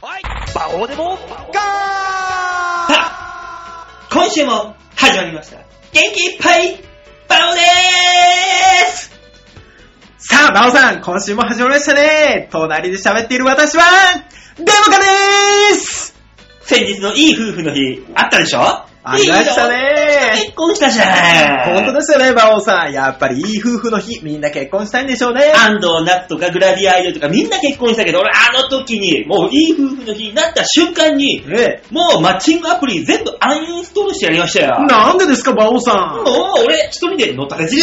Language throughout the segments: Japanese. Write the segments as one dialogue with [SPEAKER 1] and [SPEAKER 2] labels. [SPEAKER 1] どうでも
[SPEAKER 2] さあ、 今週も始まりました。元気いっぱい、バオでーす
[SPEAKER 3] さあ、バオさん、今週も始まりましたね。隣で喋っている私は、デモカでーす
[SPEAKER 2] 先日のいい夫婦の日、あったでしょあ
[SPEAKER 3] ありましたね
[SPEAKER 2] 結婚したじゃん。
[SPEAKER 3] 本当ですよね、バオさん。やっぱりいい夫婦の日、みんな結婚したいんでしょうね。
[SPEAKER 2] 安藤なとかグラビアアイドルとかみんな結婚したけど、俺あの時に、もういい夫婦の日になった瞬間に、
[SPEAKER 3] ね
[SPEAKER 2] もうマッチングアプリ全部アンインストールしてやりましたよ。
[SPEAKER 3] なんでですか、バオさ
[SPEAKER 2] も
[SPEAKER 3] ん。
[SPEAKER 2] う俺一人でのたれ汁。い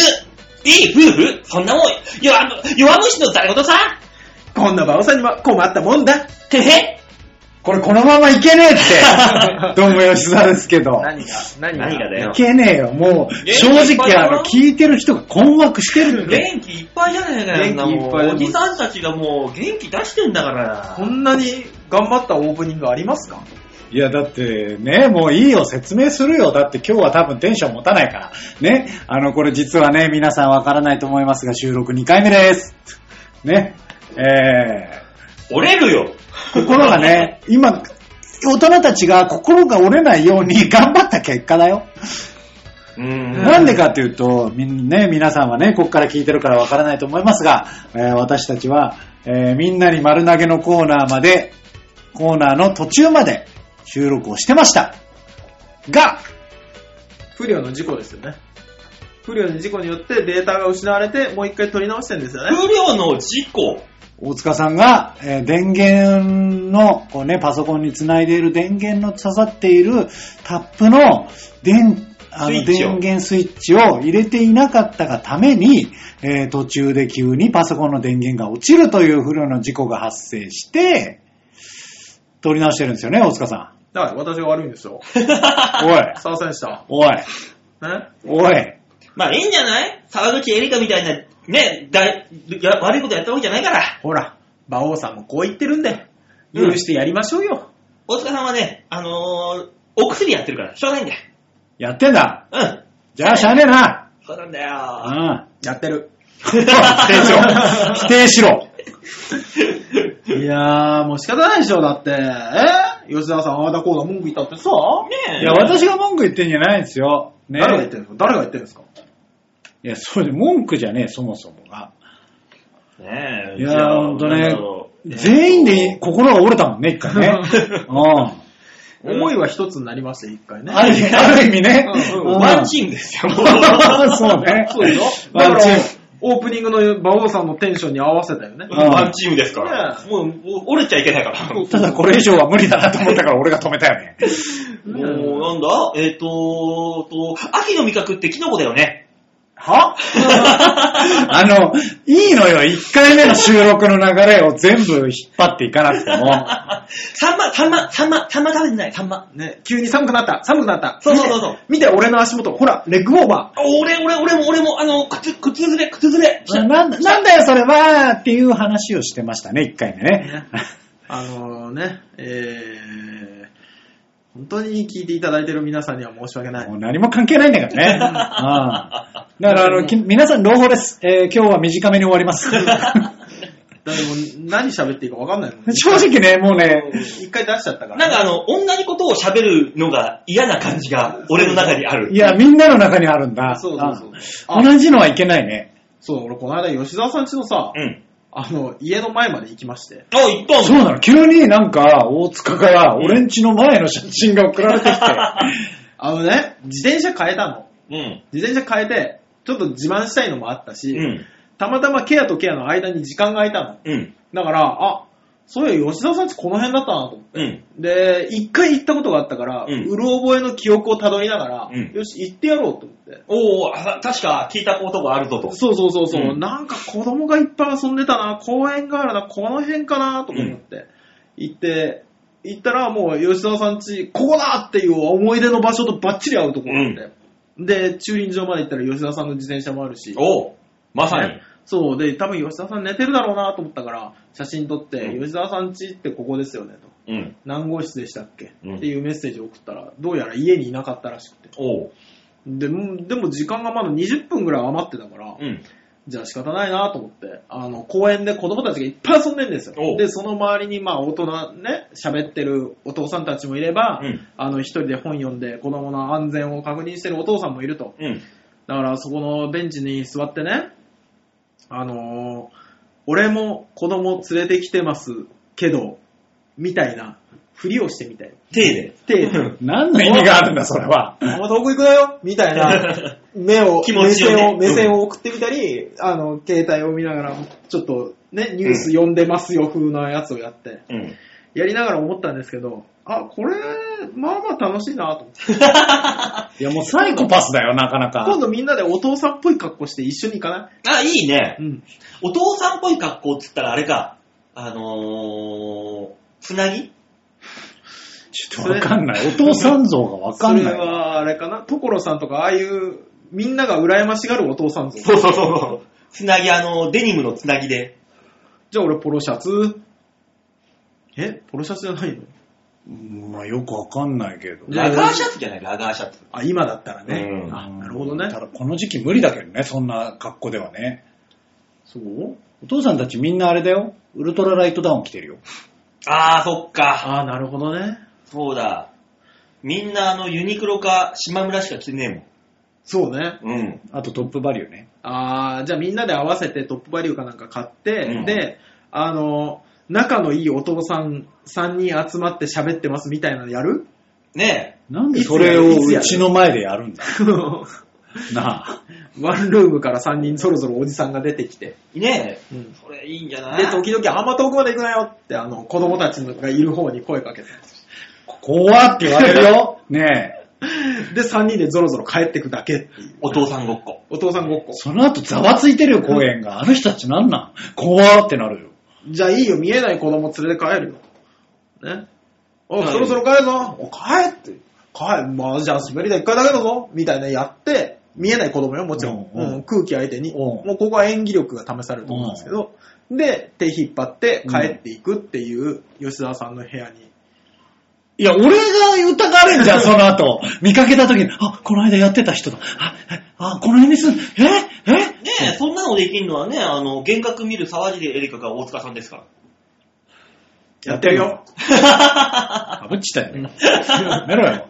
[SPEAKER 2] い夫婦そんなもん、弱弱虫の誰事さ
[SPEAKER 3] こんなバオさんには困ったもんだ。
[SPEAKER 2] てへ
[SPEAKER 4] これこのままいけね えって、どうも吉沢ですけど。
[SPEAKER 3] 何が何
[SPEAKER 2] 何がだ
[SPEAKER 4] い
[SPEAKER 2] よ。
[SPEAKER 4] けねえよ、もう、
[SPEAKER 2] 元気
[SPEAKER 4] 正
[SPEAKER 2] いっぱい
[SPEAKER 4] 直
[SPEAKER 2] だ
[SPEAKER 4] あ
[SPEAKER 2] ろ
[SPEAKER 4] の、聞いてる人が困惑してるんで。
[SPEAKER 2] 元気いっぱいじゃねえかよ、
[SPEAKER 3] 元気いっぱい
[SPEAKER 2] もうおじさんたちがもう元気出してんだから。
[SPEAKER 3] こんなに頑張ったオープニングありますか
[SPEAKER 4] いや、だって、ね、もういいよ、説明するよ。だって今日は多分テンション持たないから。ね、あの、これ実はね、皆さんわからないと思いますが、収録2回目です。ね、え
[SPEAKER 2] 折れるよ。
[SPEAKER 4] ー、心がね、今、大人たちが心が折れないように頑張った結果だよ。
[SPEAKER 2] うん。
[SPEAKER 4] なんでかっていうと、みんね、皆さんはね、ここから聞いてるからわからないと思いますが、えー私たちは、えーみんなに丸投げのコーナーまで、コーナーの途中まで収録をしてました。が、
[SPEAKER 3] 不良の事故ですよね。不良の事故によってデータが失われて、もう一回取り直してるんですよね。
[SPEAKER 2] 不良の事故。
[SPEAKER 4] 大塚さんが、えー電源の、こうね、パソコンにつないでいる電源の刺さっているタップの電、あ
[SPEAKER 2] スイ
[SPEAKER 4] の
[SPEAKER 2] ッチを
[SPEAKER 4] 電源スイッチを入れていなかったがために、えー途中で急にパソコンの電源が落ちるという不良の事故が発生して、取り直してるんですよね、大塚さ
[SPEAKER 3] だから私が悪いんですよ。
[SPEAKER 4] ん。おい、
[SPEAKER 3] すいませんでした。
[SPEAKER 4] おい、
[SPEAKER 3] ね
[SPEAKER 4] おい。
[SPEAKER 2] まあいいんじゃない沢口エリカみたいな、ね、だいや悪いことやったわけじゃないから。
[SPEAKER 3] ほら、馬王さんもこう言ってるんで、許してやりましょうよ。
[SPEAKER 2] 大塚さんはね、あのー、お薬やってるから、しょうがないんだよ。
[SPEAKER 4] やってんだ
[SPEAKER 2] うん。
[SPEAKER 4] じゃあ、しゃあねえな。
[SPEAKER 2] そうなんだ
[SPEAKER 4] う
[SPEAKER 2] よ。
[SPEAKER 4] ん。
[SPEAKER 3] やってる。
[SPEAKER 4] 否定しろ。否定しろ。
[SPEAKER 3] いやー、もう仕方ないでしょ、だって。え吉田さん、ああだこうだ文句言ったってさ。
[SPEAKER 2] ねえ。
[SPEAKER 4] いや、私が文句言ってんじゃないんですよ。ね。
[SPEAKER 3] 誰が言ってるんですか誰が言ってるんですか
[SPEAKER 4] いや、そうで、文句じゃねえ、そもそもが。
[SPEAKER 2] ねえ。
[SPEAKER 4] いやー、ほんと
[SPEAKER 2] なん
[SPEAKER 4] ね
[SPEAKER 2] だろ、う
[SPEAKER 4] 全員で心が折れたもんね、一回 ね。う
[SPEAKER 2] うん
[SPEAKER 3] 思いは一つになりました、一回ね
[SPEAKER 4] ん。。ある意味、ある意味ね。
[SPEAKER 3] うんうん
[SPEAKER 2] ワンチームですよ。もう
[SPEAKER 4] そうね。
[SPEAKER 3] そ うでしょ
[SPEAKER 4] ワ
[SPEAKER 3] だ
[SPEAKER 4] ン
[SPEAKER 3] から
[SPEAKER 4] チーム、
[SPEAKER 3] オープニングの馬王さんのテンションに合わせたよね。
[SPEAKER 4] うん
[SPEAKER 2] ワンチームですから。
[SPEAKER 3] ねえ
[SPEAKER 2] もうお折れちゃいけないから。も
[SPEAKER 4] ただこれ以上は無理だなと思ったから俺が止めたよね。
[SPEAKER 2] うなんだえっ、とと、秋の味覚ってキノコだよね。
[SPEAKER 4] は あの、いいのよ、1回目の収録の流れを全部引っ張っていかな くても。
[SPEAKER 2] サンマ、サンマ、サンマ、サンマ食べてない、サンマ。
[SPEAKER 3] ね、急に寒くなった、寒くなった。
[SPEAKER 2] そうそうそうそう
[SPEAKER 3] 見て、見て俺の足元、ほら、レッグウォーバ
[SPEAKER 2] 俺、俺、俺も、俺も、あの、靴、靴ずれ、靴ずれ。
[SPEAKER 4] ななんだなんだよ、それはっていう話をしてましたね、1回目ね。
[SPEAKER 3] ー。あのー、ね、えー、本当に聞いていただいてる皆さんには申し訳ない
[SPEAKER 4] も。う何も関係ないんだか らね。うんだから、あの、き皆さん、朗報です。えー今日は短めに終わります。
[SPEAKER 3] だってもう何喋っていいか分かんな いもんね。
[SPEAKER 4] 正直ね、もうね、
[SPEAKER 3] 一回出しちゃったから。
[SPEAKER 2] なんかあの、同じことを喋るのが嫌な感じが、俺の中にある。
[SPEAKER 4] いや、みんなの中にあるんだ。
[SPEAKER 3] そうそうそう
[SPEAKER 4] あ同じのはいけないね。
[SPEAKER 3] そう、俺この間吉沢さんちのさ、
[SPEAKER 2] うん。
[SPEAKER 3] あの、家の前まで行きまして。
[SPEAKER 2] あ、行ったんだ
[SPEAKER 4] そうなの。急になんか、大塚から、俺んちの前の写真が送られてきて。
[SPEAKER 3] あのね、自転車変えたの。
[SPEAKER 2] うん。
[SPEAKER 3] 自転車変えて、ちょっと自慢したいのもあったし、
[SPEAKER 2] うん。
[SPEAKER 3] たまたまケアとケアの間に時間が空いたの。
[SPEAKER 2] うん。
[SPEAKER 3] だから、あ、そういや、吉田さんちこの辺だったなと思って。
[SPEAKER 2] うん。
[SPEAKER 3] で、一回行ったことがあったから、
[SPEAKER 2] うん
[SPEAKER 3] うろ覚えの記憶をたどりながら、
[SPEAKER 2] うん
[SPEAKER 3] よし、行ってやろうと思って。
[SPEAKER 2] おー、あ確か聞いたことがあるぞと。
[SPEAKER 3] そうそうそうそう、
[SPEAKER 2] うん
[SPEAKER 3] なんか子供がいっぱい遊んでたな、公園があるな、この辺かなとか思って、行って、行ったらもう吉田さんち、ここだっていう思い出の場所とバッチリ合うところだって、で、駐輪場まで行ったら吉田さんの自転車もあるし、
[SPEAKER 2] おー、まさに
[SPEAKER 3] ね。そう、で、多分吉田さん寝てるだろうなと思ったから、写真撮って、
[SPEAKER 2] うん
[SPEAKER 3] 吉田さんちってここですよねと。
[SPEAKER 2] うん。
[SPEAKER 3] 何号室でしたっけ、
[SPEAKER 2] うん
[SPEAKER 3] っていうメッセージを送ったら、どうやら家にいなかったらしくて。
[SPEAKER 2] おー、
[SPEAKER 3] で、もうでも時間がまだ20分ぐらい余ってたから、
[SPEAKER 2] うん。
[SPEAKER 3] じゃあ仕方ないなと思って、あの、公園で子供たちがいっぱい遊んでるんです
[SPEAKER 1] お
[SPEAKER 3] よ。で、その周りに、まあ、大人ね、喋ってるお父さんたちもいれば、
[SPEAKER 1] うん
[SPEAKER 3] あの、一人で本読んで子供の安全を確認してるお父さんもいると。
[SPEAKER 1] うん。
[SPEAKER 3] だから、そこのベンチに座ってね、あのー俺も子供連れてきてますけど、みたいな、ふりをしてみたい。
[SPEAKER 1] 手で。
[SPEAKER 3] 手
[SPEAKER 1] う、ん
[SPEAKER 4] 何の意味があるんだ、そ れは。
[SPEAKER 3] あんま遠く行くなよみたいな、目を、
[SPEAKER 1] 気持ちを
[SPEAKER 3] 目線
[SPEAKER 1] ね
[SPEAKER 3] を、目線を送ってみたり、あの、携帯を見ながら、ちょっとね、ニュース読んでますよ風なやつをやって、
[SPEAKER 1] うん。
[SPEAKER 3] やりながら思ったんですけど、あ、これ、まあまあ楽しいなと思って。
[SPEAKER 4] いや、もうサイコパスだよ、なかな
[SPEAKER 3] 今
[SPEAKER 4] か。
[SPEAKER 3] 度みんなでお父さんっぽい格好して一緒に行かない
[SPEAKER 1] あ、いいね
[SPEAKER 3] う。ん。
[SPEAKER 2] お父さんっぽい格好っつったらあれか。あのー、つなぎ
[SPEAKER 4] ちょっとわかんない。お父さん像がわか
[SPEAKER 3] そ
[SPEAKER 4] ん
[SPEAKER 3] れ
[SPEAKER 4] ない。
[SPEAKER 3] は、あれかな所さんとか、ああいう、みんなが羨ましがるお父さんぞ。
[SPEAKER 2] そうそうそう。つなぎ、あの、デニムのつなぎで。
[SPEAKER 3] じゃあ俺ポロシャツ。えポロシャツじゃないの
[SPEAKER 4] うんまあ、よくわかんないけど。
[SPEAKER 3] じゃあ
[SPEAKER 2] ラガーシャツじゃないラガーシャツ。
[SPEAKER 3] あ、今だったらね。
[SPEAKER 1] うん
[SPEAKER 3] あ、なるほどね
[SPEAKER 4] た。だ、この時期無理だけどね、そんな格好ではね。
[SPEAKER 3] そう
[SPEAKER 4] お父さんたちみんなあれだよ。ウルトラライトダウン着てるよ。
[SPEAKER 2] あー、そっか。
[SPEAKER 3] ああ、なるほどね。
[SPEAKER 2] そうだ。みんなあの、ユニクロか島村しか着てね
[SPEAKER 3] そうね。
[SPEAKER 1] うん。うん。
[SPEAKER 4] あとトップバリューね。
[SPEAKER 3] ああ、じゃあみんなで合わせてトップバリューかなんか買って、
[SPEAKER 1] うん
[SPEAKER 3] で、あの、仲のいいお父さん3人集まって喋ってますみたいなのやる
[SPEAKER 2] えもん。ね
[SPEAKER 4] なんでそれを
[SPEAKER 3] いつやる
[SPEAKER 4] うちの前でやる んだなあ。
[SPEAKER 3] ワンルームから3人そろそろおじさんが出てきて。
[SPEAKER 2] え。ねえ。
[SPEAKER 3] うん
[SPEAKER 2] それいいんじゃない
[SPEAKER 3] で、時々あんま遠くまで行くなよって、あの、子供たちがいる方に声かけて。
[SPEAKER 4] ここはって言われるよ。 ねえ。
[SPEAKER 3] で、3人でぞろぞろ帰ってくだけっていう。
[SPEAKER 2] お父さんごっこ。
[SPEAKER 3] お父さんごっこ。
[SPEAKER 4] その後ざわついてるよ、公園が。あの人たちなんなん怖ってなるよ。
[SPEAKER 3] じゃあいいよ、見えない子供連れて帰るよ。ね。お、
[SPEAKER 2] はい
[SPEAKER 3] そろそろ帰るぞ。お、帰って。帰る。まあ、じゃあ滑り台一回だけだぞ。みたいなやって、見えない子供よ、もちろん。
[SPEAKER 4] うんうん
[SPEAKER 3] うん空気相手に。
[SPEAKER 4] うん
[SPEAKER 3] もうここは演技力が試されると思うんですけど。で、手引っ張って帰っていくっていう吉沢さんの部屋に。
[SPEAKER 4] いや、俺が疑わ れんじゃん、その後。見かけた時に、あ、この間やってた人だ。あ、えあ、この辺に住ん、ええ
[SPEAKER 2] ねえ、そんなのできるのはね、あの、幻覚見る沢尻エリカか大塚さんですから。
[SPEAKER 3] やってるよ。
[SPEAKER 4] あぶっちた よ。やめろよ。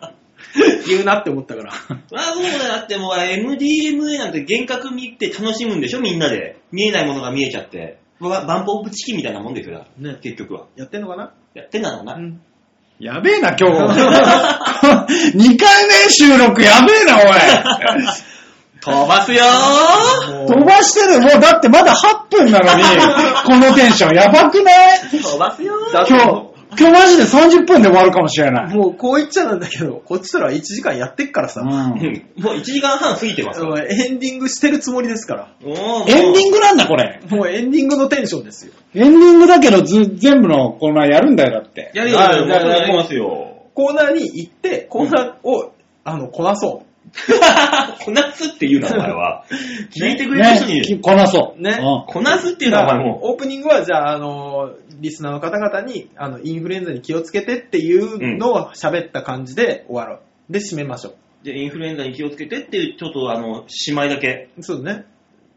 [SPEAKER 3] 言うなって思ったから。
[SPEAKER 2] そりゃそうだよ。だってもう MDMA なんて幻覚見て楽しむんでしょみんなで。見えないものが見えちゃって。わバンポープチキンみたいなもんですよ。だから
[SPEAKER 3] ね
[SPEAKER 2] 結局は。
[SPEAKER 3] やってんのかな
[SPEAKER 2] やってんだろうな。
[SPEAKER 3] うん。
[SPEAKER 4] やべえな、今 日。2回目収録やべえな、おい。
[SPEAKER 2] 飛ばすよー
[SPEAKER 3] もう
[SPEAKER 4] 飛ばしてる。もうだってまだ8分なのに、このテンションやばくない
[SPEAKER 2] 飛ばすよー
[SPEAKER 3] だ
[SPEAKER 4] 今
[SPEAKER 3] っ
[SPEAKER 4] 日
[SPEAKER 3] て、
[SPEAKER 4] 今日マジで30分で終わるかもしれない。
[SPEAKER 3] もうこう言っちゃなんだけど、こっちとら1時間やってっからさ。
[SPEAKER 4] うん
[SPEAKER 2] うんもう1時間半過ぎてますから。
[SPEAKER 3] うんエンディングしてるつもりですから。
[SPEAKER 2] エンディ
[SPEAKER 4] エンディングなんだ、これ。
[SPEAKER 3] もうエンディングのテンションですよ。
[SPEAKER 4] エンディングだけど、ず全部のコーナーやるんだよ、だって。
[SPEAKER 2] やるよ、やるよ、
[SPEAKER 3] はい
[SPEAKER 2] もうや
[SPEAKER 3] や
[SPEAKER 2] り
[SPEAKER 3] り
[SPEAKER 2] ま
[SPEAKER 3] ます
[SPEAKER 2] よ。
[SPEAKER 3] コーナーに行って、コーナーを、あの、こなそ
[SPEAKER 2] こなすっていうな、お前は。聞いてくれた人
[SPEAKER 4] ね、き
[SPEAKER 2] に、
[SPEAKER 4] こなそう。
[SPEAKER 3] ね。
[SPEAKER 4] うん
[SPEAKER 2] こなすっていううのは、お前も
[SPEAKER 3] オープニングは、じゃあ、あの、リスナーの方々に、あの、インフルエンザに気をつけてっていうのを喋った感じで終わろう。で、締めましょ
[SPEAKER 2] う、でインフルエンザに気をつけてっていう、ちょっとあの、しまいだけ。
[SPEAKER 3] う。そうね。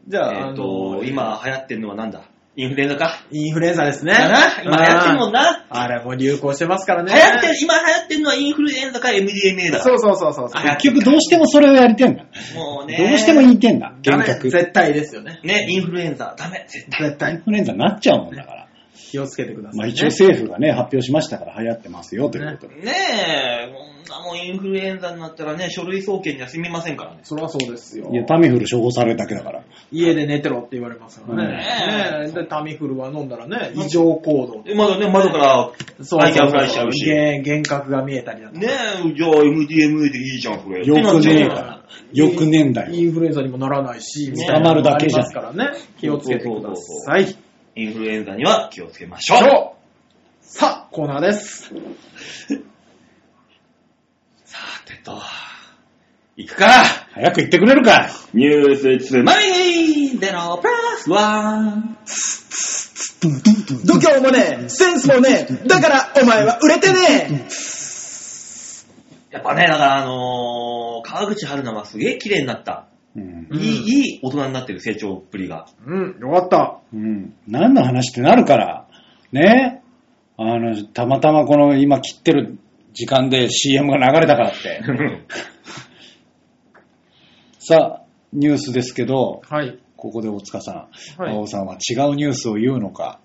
[SPEAKER 3] じゃ
[SPEAKER 2] えっ、
[SPEAKER 3] あ、あ
[SPEAKER 2] と
[SPEAKER 3] の、、
[SPEAKER 2] 今流行ってるのはなんだインフルエンザか。
[SPEAKER 3] インフルエンザですね。
[SPEAKER 2] だな、今流行ってるもんな。
[SPEAKER 3] あれもう流行してますから
[SPEAKER 2] 流
[SPEAKER 3] ね。
[SPEAKER 2] 行ってる、今流行ってるのはインフルエンザか MDMA だ。
[SPEAKER 3] そうそうそうそう。
[SPEAKER 2] あ
[SPEAKER 4] 結局どうしてもそれをやりてんだ。
[SPEAKER 2] もう
[SPEAKER 4] どう
[SPEAKER 2] ね。
[SPEAKER 4] しても言いてんだ。
[SPEAKER 3] ダ
[SPEAKER 4] 幻
[SPEAKER 3] メ
[SPEAKER 4] 覚。
[SPEAKER 3] 絶対ですよね。
[SPEAKER 2] ね、インフルエンザ、ダメ、絶対。
[SPEAKER 3] 絶
[SPEAKER 4] イ
[SPEAKER 3] 対
[SPEAKER 4] ンフルエンザになっちゃうもんだから。
[SPEAKER 3] 気をつけてください、ね。
[SPEAKER 4] まあ一応政府がね、発表しましたから流行ってますよ、ということで。
[SPEAKER 2] ねえ、こんなもんインフルエンザになったらね、書類送検には済みませんからね。
[SPEAKER 3] そりゃそうですよ。
[SPEAKER 4] いや、タミフル処方されるだけだから。
[SPEAKER 3] 家で寝てろって言われますから
[SPEAKER 2] ね
[SPEAKER 3] ね。ねえで、タミフルは飲んだらね、異常行
[SPEAKER 2] でまだね、窓から
[SPEAKER 3] 動。
[SPEAKER 2] アイキャンフライしちゃうし。ね
[SPEAKER 3] 幻幻覚が見えたりだと
[SPEAKER 2] え、じゃあ MDMA でいいじゃん、これ。
[SPEAKER 4] よく
[SPEAKER 2] っ
[SPEAKER 4] ねえ
[SPEAKER 2] てなっちゃう
[SPEAKER 4] から。よくねえんだ
[SPEAKER 3] イ
[SPEAKER 4] よ。
[SPEAKER 3] ンフルエンザにもならないし、
[SPEAKER 2] ね
[SPEAKER 3] みたいなの
[SPEAKER 4] 黙るだけじゃん
[SPEAKER 3] ありますからね。気をつけてください。
[SPEAKER 2] インフルエンザには気をつけましょ
[SPEAKER 3] 今
[SPEAKER 2] う。
[SPEAKER 3] 日さあ、コーナーです。
[SPEAKER 2] さてと、行くか
[SPEAKER 4] 早く言ってくれるか
[SPEAKER 2] ニュースつまみでのプラスワン。
[SPEAKER 3] 度胸もねえ、センスもねえ、だからお前は売れてね
[SPEAKER 2] やっぱね、だからあのー、川口春奈はすげえ綺麗になった。
[SPEAKER 3] え。
[SPEAKER 4] うん。
[SPEAKER 3] うん
[SPEAKER 2] いい、いい大人になってる成長っぷりが。
[SPEAKER 3] うん、よかった。
[SPEAKER 4] うん。何の話ってなるから。ねあの、たまたまこの今切ってる時間で CM が流れたからって。さあ、ニュースですけど、
[SPEAKER 3] はい。
[SPEAKER 4] ここで大塚さん、
[SPEAKER 3] はい
[SPEAKER 4] 馬王さんは違うニュースを言うのか、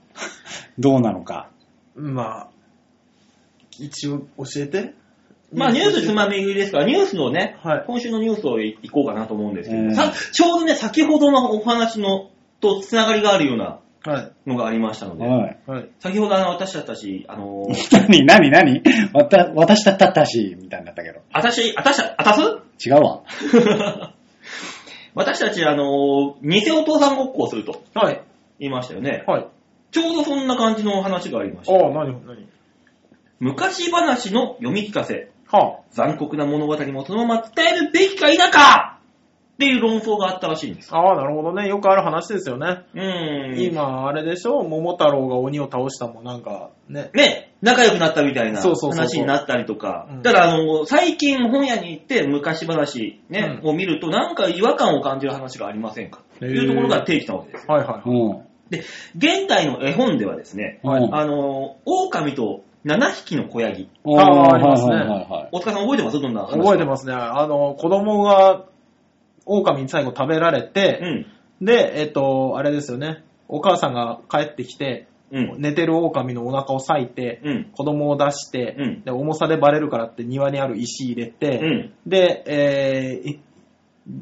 [SPEAKER 4] どうなのか。
[SPEAKER 3] まあ、一応教えて。
[SPEAKER 2] まあニュースつまみ食いですから、ニュースのね、
[SPEAKER 3] はい
[SPEAKER 2] 今週のニュースをいこうかなと思うんですけど、
[SPEAKER 4] うん
[SPEAKER 2] さちょうどね、先ほどのお話のとつながりがあるような
[SPEAKER 3] は
[SPEAKER 2] のがありましたので、
[SPEAKER 4] はい。
[SPEAKER 3] い。はい。
[SPEAKER 2] 先ほどあの私たち、あのー
[SPEAKER 4] 何、何、何わた、私だったったし、みたいになったけど。
[SPEAKER 2] 私、私た、あたす
[SPEAKER 4] 違うわ。
[SPEAKER 2] 私たち、あのー偽お父さんごっこをすると
[SPEAKER 3] はい。
[SPEAKER 2] 言いましたよね。
[SPEAKER 3] はい。
[SPEAKER 2] ちょうどそんな感じの話がありまし
[SPEAKER 3] あ
[SPEAKER 2] た。
[SPEAKER 3] あ、何、何。
[SPEAKER 2] 昔話の読み聞かせ、
[SPEAKER 3] は
[SPEAKER 2] 残酷な物語もそのまま伝えるべきか否かっていう論争があったらしいんです。
[SPEAKER 3] あ。ああ、なるほどね。よくある話ですよね。
[SPEAKER 2] うーん。
[SPEAKER 3] 今、あれでしょ桃太郎が鬼を倒したもんなんか、ね。
[SPEAKER 2] ね、仲良くなったみたいな
[SPEAKER 3] そうそうそうそう
[SPEAKER 2] 話になったりとか
[SPEAKER 3] うん。
[SPEAKER 2] だから、あの、最近本屋に行って昔話、ね
[SPEAKER 3] う
[SPEAKER 2] を見ると、なんか違和感を感じる話がありませんかと
[SPEAKER 3] へー
[SPEAKER 2] いうところが提起したわけです。
[SPEAKER 3] はいは
[SPEAKER 4] うん。
[SPEAKER 2] で、現代の絵本ではですね、
[SPEAKER 3] はい
[SPEAKER 4] うん
[SPEAKER 2] あの、狼と7匹の子ヤギ。
[SPEAKER 4] あ
[SPEAKER 3] あーありますね。
[SPEAKER 4] はいはいはい
[SPEAKER 2] 大塚さん覚えてますどんない話
[SPEAKER 3] 覚えて
[SPEAKER 2] す。
[SPEAKER 3] ますね。あの、子供が、狼に最後食べられ
[SPEAKER 2] う
[SPEAKER 3] て、
[SPEAKER 2] ん。
[SPEAKER 3] で、えっと、あれですよね。お母さんが帰ってきて、
[SPEAKER 2] うん。
[SPEAKER 3] 寝てる狼のお腹を裂いて、
[SPEAKER 2] うん。
[SPEAKER 3] 子供を出して、
[SPEAKER 2] うん
[SPEAKER 3] で重さでバレるからって庭にある石入れて、
[SPEAKER 2] うん。
[SPEAKER 3] で、えーい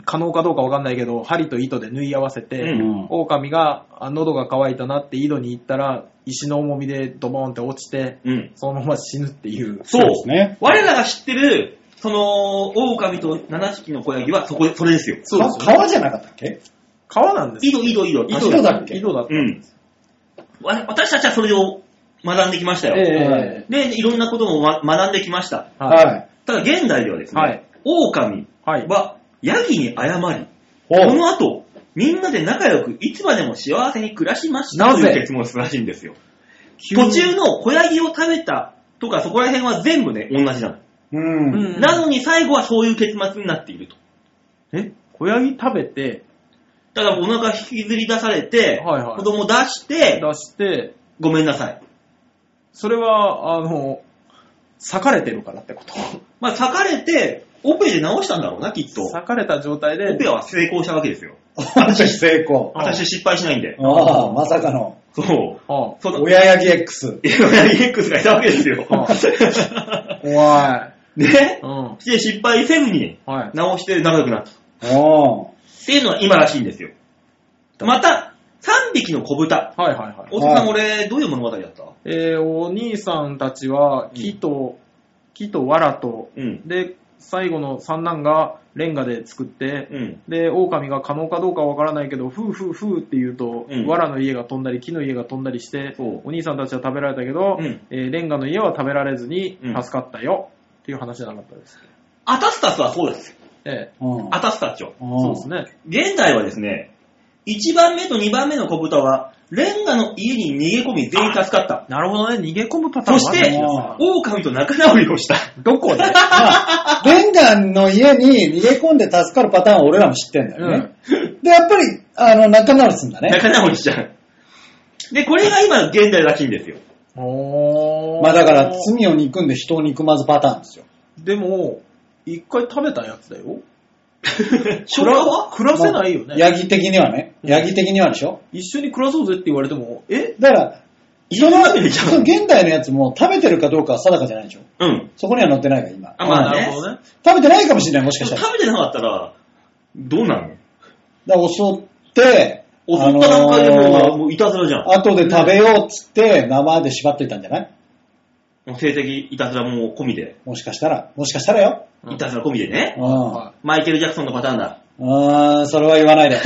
[SPEAKER 3] 可能かどうかわかんないけど、針と糸で縫い合わせて、
[SPEAKER 2] うん
[SPEAKER 4] うん
[SPEAKER 3] 狼が、あ喉が渇いたなって井戸に行ったら、石の重みでドボーンって落ちて、
[SPEAKER 2] うん。
[SPEAKER 3] そのまま死ぬっていう。
[SPEAKER 2] そう
[SPEAKER 4] ですね。
[SPEAKER 2] 我らが知ってる、その、狼と7匹の子ヤギは、そこで、それですよ。
[SPEAKER 3] そうです
[SPEAKER 4] か川じゃなかったっけ
[SPEAKER 3] 川なんです
[SPEAKER 2] 井戸、井戸、井戸。
[SPEAKER 4] 井戸だっけ
[SPEAKER 3] 井戸だった。
[SPEAKER 2] うん。わ私たちはそれを学んできましたよ。
[SPEAKER 3] え
[SPEAKER 2] で、いろんなことも、ま、学んできました。
[SPEAKER 3] えはい。
[SPEAKER 2] ただ現代ではですね、
[SPEAKER 3] はい
[SPEAKER 2] 狼
[SPEAKER 3] はい。
[SPEAKER 2] はヤギに謝り、こ
[SPEAKER 4] お
[SPEAKER 2] の後、みんなで仲良くいつまでも幸せに暮らしました
[SPEAKER 3] な
[SPEAKER 2] と
[SPEAKER 3] ぜ
[SPEAKER 2] いう結末らしいんですよ。
[SPEAKER 3] 急に
[SPEAKER 2] 途中の小ヤギを食べたとかそこら辺は全部ね、同じなの。
[SPEAKER 4] うん。
[SPEAKER 3] うん
[SPEAKER 2] なのに最後はそういう結末になっていると。
[SPEAKER 3] え、小ヤギ食べて、
[SPEAKER 2] ただお腹引きずり出されて、
[SPEAKER 3] はいはい
[SPEAKER 2] 子供出して、
[SPEAKER 3] 出して、
[SPEAKER 2] ごめんなさい。
[SPEAKER 3] それは、あの、裂かれてるからってこと。
[SPEAKER 2] まあ、裂かれて、オペで直したんだろうな、きっと。
[SPEAKER 3] 裂かれた状態で
[SPEAKER 2] オ、ペは成功したわけですよ。
[SPEAKER 4] 私成功。
[SPEAKER 2] 私失敗しないんで。
[SPEAKER 4] ああ、まさかの、
[SPEAKER 2] そう。
[SPEAKER 3] あ
[SPEAKER 2] その、
[SPEAKER 4] 親ヤギ X。
[SPEAKER 2] 親ギ X がいたわけですよ。
[SPEAKER 3] あ怖 い。
[SPEAKER 2] ね
[SPEAKER 3] う。ん。
[SPEAKER 2] で、失敗せずに
[SPEAKER 3] はい。
[SPEAKER 2] 直して仲良くなった。っ
[SPEAKER 4] おー
[SPEAKER 2] ていうのは今らしいんですよ。また、3匹の子豚。
[SPEAKER 3] はいはいはい。
[SPEAKER 2] 大塚さん、俺、どういう物語だった
[SPEAKER 3] えーお兄さんたちは、木と、木と藁と、
[SPEAKER 2] うん。
[SPEAKER 3] で、最後の三男がレンガで作って、
[SPEAKER 2] うん。
[SPEAKER 3] で、狼が可能かどうかわからないけど、ふうふうふうって言うと、
[SPEAKER 2] うん
[SPEAKER 3] 藁の家が飛んだり、木の家が飛んだりして、
[SPEAKER 2] そう
[SPEAKER 3] お兄さんたちは食べられたけど、
[SPEAKER 2] うん
[SPEAKER 3] えーレンガの家は食べられずに
[SPEAKER 2] うん
[SPEAKER 3] 助かったよ、っていう話じゃなかったです。
[SPEAKER 2] アタスタスはそうです。
[SPEAKER 3] ええ
[SPEAKER 4] うん
[SPEAKER 2] アタスタチョ。
[SPEAKER 3] そうですね。
[SPEAKER 2] 現代はですね、1番目と2番目の子豚は、レンガの家に逃げ込み全員助かった。
[SPEAKER 3] なるほどね、逃げ込むパ
[SPEAKER 2] そし
[SPEAKER 4] あ
[SPEAKER 2] て
[SPEAKER 4] るんだ、
[SPEAKER 2] 狼と仲直りをした。
[SPEAKER 3] どこで
[SPEAKER 4] あレンガの家に逃げ込んで助かるパターンは俺らも知ってんだよね。で、やっぱり、あの、仲直りすんだね。
[SPEAKER 2] 仲直りしちゃう。で、これが今、現代らしいんですよ。
[SPEAKER 3] おー
[SPEAKER 4] まあだから、罪を憎んで人を憎まずパターンですよ。
[SPEAKER 3] でも、一回食べたやつだよ。
[SPEAKER 2] 昭和は
[SPEAKER 3] 暮らせないよね。
[SPEAKER 4] ヤギ的にはね。ヤギ的にはでしょ
[SPEAKER 3] 一緒に暮らそうぜって言われても、え
[SPEAKER 4] だから、
[SPEAKER 2] 人の中でちゃ
[SPEAKER 4] そうの。現代のやつも食べてるかどうかは定かじゃないでしょ
[SPEAKER 2] うん。
[SPEAKER 4] そこには載ってないから、今。
[SPEAKER 2] あまあね
[SPEAKER 3] なるほどね。
[SPEAKER 4] 食べてないかもしれない、もし
[SPEAKER 2] で
[SPEAKER 4] か
[SPEAKER 2] も
[SPEAKER 4] したら。
[SPEAKER 2] 食べてなかったら、どうなの
[SPEAKER 4] だから襲って、
[SPEAKER 2] 襲った段階で
[SPEAKER 4] あ
[SPEAKER 2] もう、
[SPEAKER 4] のー
[SPEAKER 2] もういたずらじゃん。
[SPEAKER 4] 後で食べようっつって、生で縛っといたんじゃない
[SPEAKER 2] もう性的いたずらも込みで。
[SPEAKER 4] もしかしたら、もしかしたらよ。
[SPEAKER 3] うん
[SPEAKER 2] いたずら込みでね。
[SPEAKER 4] うん。
[SPEAKER 2] マイケル・ジャクソンのパターンだ。
[SPEAKER 4] うーん、それは言 わないで。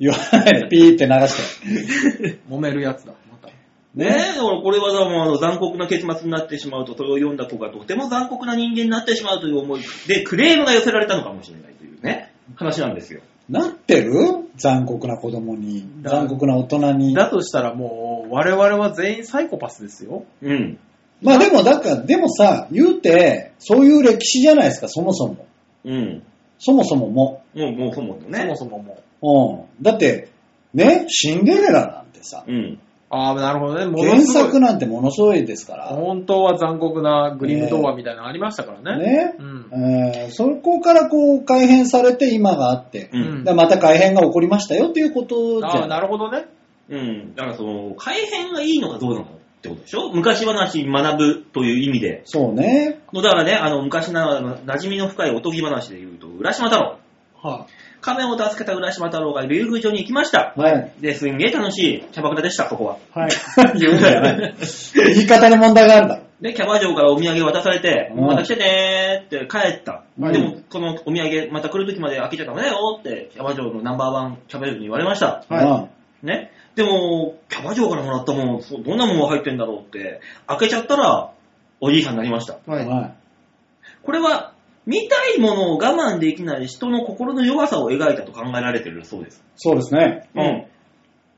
[SPEAKER 4] 言わないで、ピーって流して。
[SPEAKER 3] 揉めるやつだ。また。
[SPEAKER 2] ねえ、だからこれはもうあの残酷な結末になってしまうと、それを読んだ子がとても残酷な人間になってしまうという思いで、クレームが寄せられたのかもしれないというね、話なんですよ。
[SPEAKER 4] なってる残酷な子供に、
[SPEAKER 3] だ
[SPEAKER 4] 残酷な大人に。
[SPEAKER 3] だとしたらもう、我々は全員サイコパスですよ。
[SPEAKER 2] うん。
[SPEAKER 4] まあでも、だから、でもさ、言うて、そういう歴史じゃないですか、そもそも。
[SPEAKER 2] うん。
[SPEAKER 4] そもそもも。
[SPEAKER 2] もう、もう、ほぼ
[SPEAKER 3] そも
[SPEAKER 2] ね。
[SPEAKER 3] そももう。
[SPEAKER 4] うん。だって、ね、シンデレラなんてさ、
[SPEAKER 2] うん。
[SPEAKER 3] ああ、なるほどね。もの
[SPEAKER 4] 原
[SPEAKER 3] すご
[SPEAKER 4] 作
[SPEAKER 3] い。
[SPEAKER 4] なんてものすごいですか
[SPEAKER 3] 本当は残酷なグリム童話みたいなのありましたかららね。
[SPEAKER 4] ね。
[SPEAKER 3] うん。
[SPEAKER 4] えーそこからこう改変されて今があって、
[SPEAKER 2] う
[SPEAKER 3] うん
[SPEAKER 2] ん。
[SPEAKER 4] でまた改変が起こりましたよっていうことじ
[SPEAKER 3] あ
[SPEAKER 4] ゃ
[SPEAKER 3] あ、
[SPEAKER 4] ん。
[SPEAKER 3] なるほどね。
[SPEAKER 2] うん。だから、その、改変がいいのかどうなのかってことでしょ昔話学ぶという意味で。
[SPEAKER 4] そうね。
[SPEAKER 2] のだからね、あの、昔な、馴染みの深いおとぎ話で言うと、浦島太郎。
[SPEAKER 3] は
[SPEAKER 2] 亀を助けた浦島太郎が竜宮城に行きました。
[SPEAKER 4] はい。
[SPEAKER 2] で、すんげえ楽しいキャバクラでした、ここは。
[SPEAKER 3] い。はい。
[SPEAKER 4] 言うんだよね。言い方に問題があるだろ。
[SPEAKER 2] で、キャバ嬢からお土産渡されて、
[SPEAKER 4] うん
[SPEAKER 2] また来てねーって帰った。
[SPEAKER 4] うん
[SPEAKER 2] でも、このお土産、また来る時まで開けちゃダメだよって、キャバ嬢のナンバーワンキャバ嬢に言われました。
[SPEAKER 3] はい
[SPEAKER 4] うん
[SPEAKER 2] ね。でも、キャバ嬢からもらったもん、そうどんなもんが入ってんだろうって、開けちゃったら、おじいさんになりました。
[SPEAKER 3] はい。
[SPEAKER 4] は
[SPEAKER 2] これは、見たいものを我慢できない人の心の弱さを描いたと考えられてるそうです
[SPEAKER 4] い。。そうですね。
[SPEAKER 3] うん
[SPEAKER 2] ん。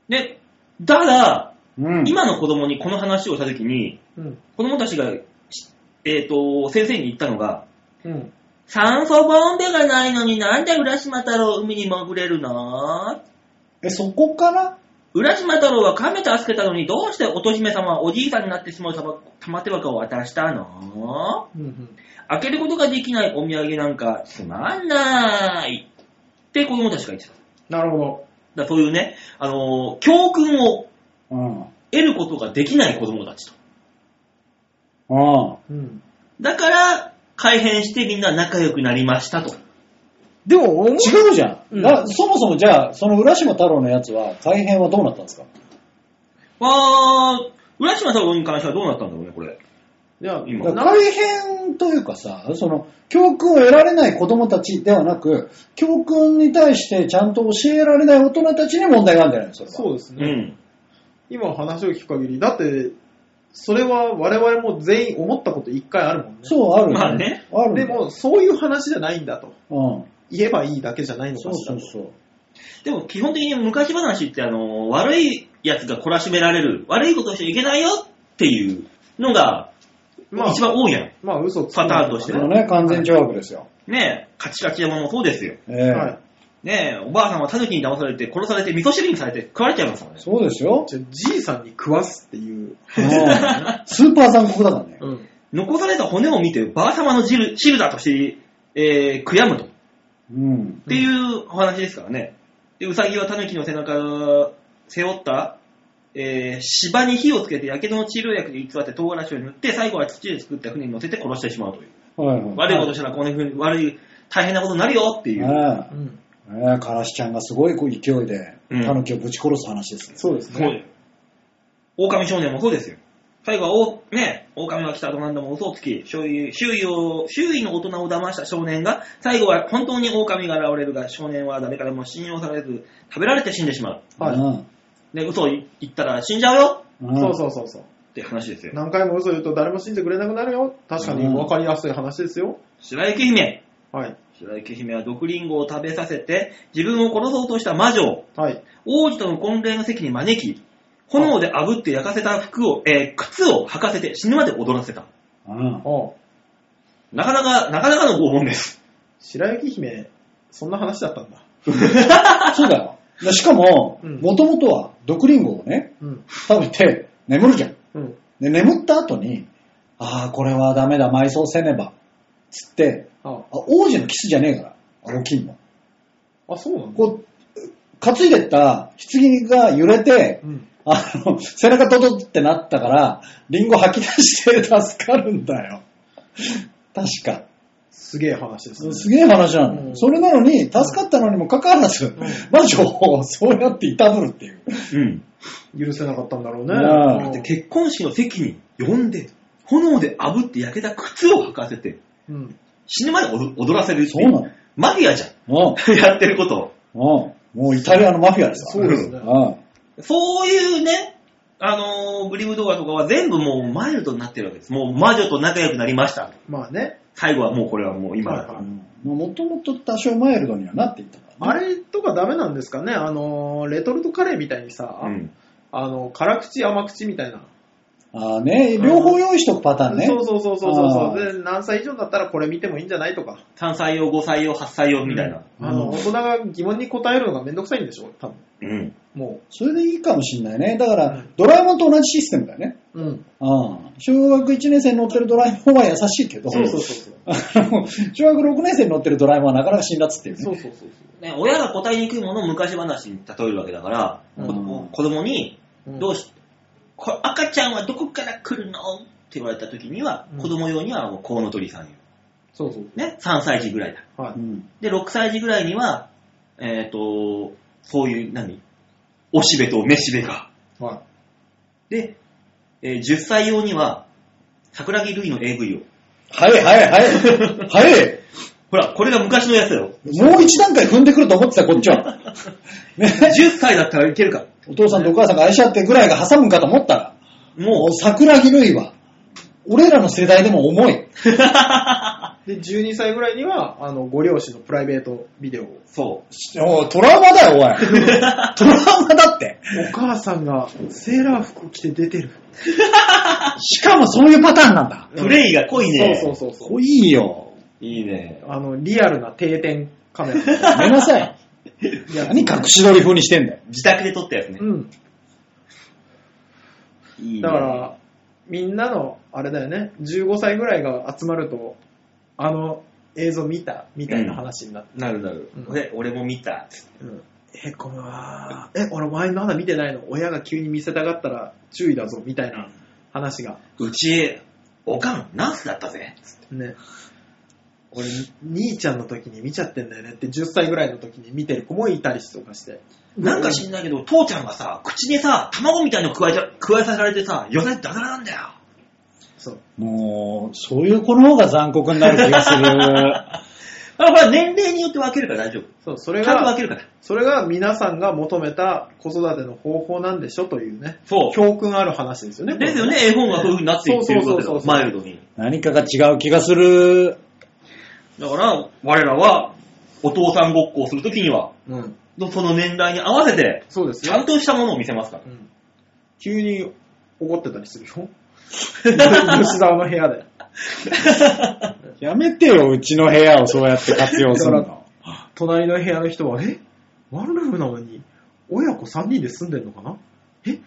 [SPEAKER 2] で、ただ、
[SPEAKER 4] うん。
[SPEAKER 2] 今の子供にこの話をした時に、
[SPEAKER 3] うん。
[SPEAKER 2] 子供たちが、しえっ、と、先生に言ったのが、
[SPEAKER 3] うん。
[SPEAKER 2] 酸素ボンベがないのになんで浦島太郎海に潜れるの
[SPEAKER 4] え、そこから
[SPEAKER 2] 浦島太郎は亀助けたのにどうして乙姫様はおじいさんになってしまうたば玉手箱を渡したの
[SPEAKER 3] うん。
[SPEAKER 2] 開けることができないお土産なんかつまんないって子供たちが言ってた。だか
[SPEAKER 3] なるほど。
[SPEAKER 2] らそういうね、あのー教訓を
[SPEAKER 4] うん。うん。
[SPEAKER 2] 得ることができない子供たちと。
[SPEAKER 3] うん。
[SPEAKER 2] だから、改変してみんな仲良くなりましたと。
[SPEAKER 3] でも、思う
[SPEAKER 4] 違うじゃ
[SPEAKER 3] うん
[SPEAKER 4] ん。だそもそもじゃあ、その浦島太郎のやつは、改変はどうなったんですか
[SPEAKER 2] わー、浦島太郎に関してはどうなったんだろうね、これ。
[SPEAKER 3] いや、
[SPEAKER 2] 今
[SPEAKER 4] だ
[SPEAKER 3] な
[SPEAKER 4] から改変というかさ、その、教訓を得られない子供たちではなく、教訓に対してちゃんと教えられない大人たちに問題があるんじゃないのそれは。
[SPEAKER 3] そうです
[SPEAKER 2] う
[SPEAKER 3] ね。
[SPEAKER 2] ん。
[SPEAKER 3] 今話を聞く限り、だって、それは我々も全員思ったこと一回あるもんね。
[SPEAKER 4] そう、あるよ
[SPEAKER 2] まあね。
[SPEAKER 4] ある
[SPEAKER 3] で
[SPEAKER 4] よ、
[SPEAKER 3] も、そういう話じゃないんだと。
[SPEAKER 4] うん。
[SPEAKER 3] 言えばいいだけじゃないの
[SPEAKER 4] そ
[SPEAKER 3] か
[SPEAKER 4] う
[SPEAKER 3] しら
[SPEAKER 4] そ
[SPEAKER 3] と。
[SPEAKER 4] うそう。
[SPEAKER 2] でも基本的に昔話ってあの、悪い奴が懲らしめられる、悪いことをしちゃいけないよっていうのが、
[SPEAKER 3] まあ
[SPEAKER 2] 一、番多いやん。
[SPEAKER 3] まあ、嘘つく
[SPEAKER 2] パターンとして
[SPEAKER 4] このね、完全懲悪ですよ。
[SPEAKER 2] ねえ、カチカチ山もそうですよ。
[SPEAKER 4] ええ
[SPEAKER 3] はい。
[SPEAKER 2] ねえ、おばあさんは狸に騙されて、殺されて、味噌汁にされて、食われちゃいますからね。
[SPEAKER 4] そうで すよ。
[SPEAKER 3] じゃあじいさんに食わすっていう。
[SPEAKER 4] うんスーパー残酷だからね。
[SPEAKER 3] うん。
[SPEAKER 2] 残された骨を見て、ばあ様の汁汁だとして、えー、悔やむと。っ
[SPEAKER 4] うん。
[SPEAKER 2] ていうお話ですからね。で、うさぎは狸の背中、背負った、えー、芝に火をつけて、火傷の治療薬に偽って唐辛子を塗って、最後は土で作った船に乗せて殺してしまうという。
[SPEAKER 4] はいはい。
[SPEAKER 2] 悪いことしたらこんな風に悪い、大変なことになるよっていう。
[SPEAKER 4] ね
[SPEAKER 3] うん。
[SPEAKER 4] えねえ、からしちゃんがすごいこう勢いで、
[SPEAKER 2] うん
[SPEAKER 4] タヌキをぶち殺す話ですね。
[SPEAKER 3] そうです
[SPEAKER 2] そう
[SPEAKER 3] ね。
[SPEAKER 2] です。狼少年もそうですよ。最後はお、ね、狼が来たと何度も嘘をつき、周囲周囲を周囲の大人を騙した少年が、最後は本当に狼が現れるが、少年は誰からも信用されず、食べられて死んでしまう。
[SPEAKER 3] はい
[SPEAKER 4] い。
[SPEAKER 2] で、嘘を言ったら死んじゃうよ
[SPEAKER 4] ん
[SPEAKER 3] そうそうそうそう。
[SPEAKER 2] って話ですよ。
[SPEAKER 3] 何回も嘘言うと誰も信じてくれなくなるよ。確かに分かりやすい話ですよ。
[SPEAKER 2] 白雪姫。
[SPEAKER 3] はい。
[SPEAKER 2] 白雪姫は毒リンゴを食べさせて、自分を殺そうとした魔女。
[SPEAKER 3] はい。
[SPEAKER 2] 王子との婚礼の席に招き、炎で炙って焼かせた服を、えー靴を履かせて死ぬまで踊らせた。
[SPEAKER 4] うん。
[SPEAKER 3] おう
[SPEAKER 2] なかなか、なかなかの拷問です。
[SPEAKER 3] 白雪姫、そんな話だったんだ。
[SPEAKER 4] そうだよ。でしかも
[SPEAKER 3] うん、
[SPEAKER 4] もともとは毒リンゴをね、
[SPEAKER 3] うん。
[SPEAKER 4] 食べて眠るじゃん。
[SPEAKER 3] うん。
[SPEAKER 4] で、眠った後に、ああ、これはダメだ、埋葬せねば。つって、
[SPEAKER 3] ああ
[SPEAKER 4] あ王子のキスじゃねえから、あれ起きんの。
[SPEAKER 3] あ、そうなんだ。
[SPEAKER 4] こう、担いでった棺が揺れて、
[SPEAKER 3] うん。
[SPEAKER 4] あの、背中ドドってなったから、リンゴ吐き出して助かるんだよ。確か。
[SPEAKER 3] すげえ話ですね。
[SPEAKER 4] すげえ話なの、
[SPEAKER 3] うん
[SPEAKER 4] それなのに、助かったのにもかかわらず、魔女をそうやっていたぶるっていう。
[SPEAKER 2] うん。
[SPEAKER 3] 許せなかったんだろう
[SPEAKER 4] なあ
[SPEAKER 3] ね。
[SPEAKER 2] で結婚式の席に呼んで、炎で炙って焼けた靴を履かせて、
[SPEAKER 3] うん。
[SPEAKER 2] 死ぬまで踊踊らせるって
[SPEAKER 4] そ
[SPEAKER 2] いう
[SPEAKER 4] な
[SPEAKER 2] う。マフィアじゃ
[SPEAKER 4] のう
[SPEAKER 2] ん。
[SPEAKER 4] ん。
[SPEAKER 2] やってること。
[SPEAKER 4] うん。もうイタリアのマフィアです
[SPEAKER 3] そうですね。
[SPEAKER 4] よ。
[SPEAKER 2] そういうね、あのーグリム動画とかは全部もうマイルドになってるわけです。もう魔女と仲良くなりました。
[SPEAKER 3] まあね。最
[SPEAKER 2] 最後はもうこれはもう今だ
[SPEAKER 3] は
[SPEAKER 2] か
[SPEAKER 3] い
[SPEAKER 2] ら
[SPEAKER 3] は
[SPEAKER 4] う
[SPEAKER 3] い
[SPEAKER 4] ん。もともと多少マイルドにはなっていったから
[SPEAKER 3] あ
[SPEAKER 4] ね。
[SPEAKER 3] れとかダメなんですかねあのー、レトルトカレーみたいにさ、
[SPEAKER 2] うん。
[SPEAKER 3] あの、辛口甘口みたいな。
[SPEAKER 4] ああね、両方用意しとくパターンね。
[SPEAKER 3] そうそうそうそうそう
[SPEAKER 4] あ
[SPEAKER 3] そう。で、何歳以上だったらこれ見てもいいんじゃないとか。
[SPEAKER 2] 3歳用、5歳用、8歳用みたいな。
[SPEAKER 3] あの、
[SPEAKER 4] うん
[SPEAKER 3] 大人が疑問に答えるのがめんどくさいんでしょ多分。
[SPEAKER 2] うん。
[SPEAKER 3] も
[SPEAKER 4] それでいいかもしんないね。だか
[SPEAKER 3] う
[SPEAKER 4] ら
[SPEAKER 3] ん、
[SPEAKER 4] ドラえもんと同じシステムだよね。
[SPEAKER 3] う。うん。
[SPEAKER 4] うん。小学1年生に乗ってるドラえもんは優しいけど、
[SPEAKER 3] そうそうそうそう。
[SPEAKER 4] あの 小学6年生に乗ってるドラえもんはなかなか辛辣っていうね。
[SPEAKER 3] そうそうそう
[SPEAKER 2] ね、親が答えにくいものを昔話に例えるわけだから、こ
[SPEAKER 4] うん
[SPEAKER 2] 子供に、
[SPEAKER 3] そう。
[SPEAKER 2] ど
[SPEAKER 3] う
[SPEAKER 2] うし、こ赤ちゃんはどこから来るのって言われた時には、
[SPEAKER 3] うん
[SPEAKER 2] 子供用にはもうコウノトリさんよ。
[SPEAKER 3] そうそう。
[SPEAKER 2] ね、3歳児ぐらいだ。
[SPEAKER 3] は
[SPEAKER 4] う
[SPEAKER 3] い。
[SPEAKER 4] ん。
[SPEAKER 2] で、6歳児ぐらいには、えっ、と、そういう、何おしべとめしべが。
[SPEAKER 3] は
[SPEAKER 2] で、えー10歳用には、桜木類の AV を。
[SPEAKER 4] はいはいはい。はい。
[SPEAKER 2] ほら、これが昔のやつだ よ。
[SPEAKER 4] もう一段階踏んでくると思ってた、こっちは。ね。
[SPEAKER 2] 10歳だったらいけるか。
[SPEAKER 4] お父さんとお母さんが愛し合ってぐらいが挟むんかと思ったら、も
[SPEAKER 2] も
[SPEAKER 4] う桜木類は、俺らの世代でも重い。
[SPEAKER 3] い。で、12歳ぐらいには、あの、ご両親のプライベートビデオを
[SPEAKER 2] う、。そう。
[SPEAKER 4] おいトラウマだよ、お い。トラウマだって。
[SPEAKER 3] お母さんがセーラー服着て出てる。
[SPEAKER 4] しかもそういうパターンなんだ。
[SPEAKER 2] プレイが濃いね。
[SPEAKER 3] そうそうそうそ
[SPEAKER 4] おいいよ。
[SPEAKER 2] う。いいね。
[SPEAKER 3] う。あの、リアルな定点カメラ。
[SPEAKER 4] ごめんなさい。
[SPEAKER 3] いや
[SPEAKER 4] 何隠し撮り風にしてんだよ。
[SPEAKER 2] 自宅で撮ったやつね。
[SPEAKER 3] うん。
[SPEAKER 2] いいね
[SPEAKER 3] だか、ら、みんなの、あれだよね、15歳ぐらいが集まると、あの映像見たみたいな話になって。
[SPEAKER 2] なるなる
[SPEAKER 3] うん。
[SPEAKER 2] 俺、俺も見た。
[SPEAKER 3] うんえ、これは、え、俺前まだ見てないの親が急に見せたかったら注意だぞ、みたいな話が。
[SPEAKER 2] うち、おかん、ナースだったぜ。
[SPEAKER 3] ね。俺、兄ちゃんの時に見ちゃってんだよねって、10歳ぐらいの時に見てる子もいたりとかして。
[SPEAKER 2] なんか知んないけど、父ちゃんがさ、口にさ、卵みたいの加えちゃ、加えさせられてさ、よだれダラダラなんだよ。
[SPEAKER 3] そう。
[SPEAKER 4] もう、そういう子の方が残酷になる気がす る。
[SPEAKER 2] あ、ほら、年齢によって分けるから大丈夫。
[SPEAKER 3] そう、それ
[SPEAKER 2] ちゃんと分
[SPEAKER 3] が、
[SPEAKER 2] けるから。
[SPEAKER 3] それが皆さんが求めた子育ての方法なんでしょというね、
[SPEAKER 2] そ
[SPEAKER 3] 教訓ある話ですよね。これ
[SPEAKER 2] ですよね、絵本がそういう風になっていってることだ
[SPEAKER 3] そうそうそう
[SPEAKER 2] よ
[SPEAKER 3] そう
[SPEAKER 2] マイルドに。
[SPEAKER 4] 何かが違う気がする。
[SPEAKER 2] だから、我らは、お父さんごっこをするときには、
[SPEAKER 3] うん。
[SPEAKER 2] その年代に合わせて、
[SPEAKER 3] そうです
[SPEAKER 2] ちゃん
[SPEAKER 3] よ。
[SPEAKER 2] としたものを見せますから。
[SPEAKER 3] うん、急に怒ってたりする よ。吉沢の部屋で。
[SPEAKER 4] やめてよ、うちの部屋をそうやって活用するの。
[SPEAKER 3] 隣の部屋の人は、えワンルームなのに、親子3人で住んでんのかなえ違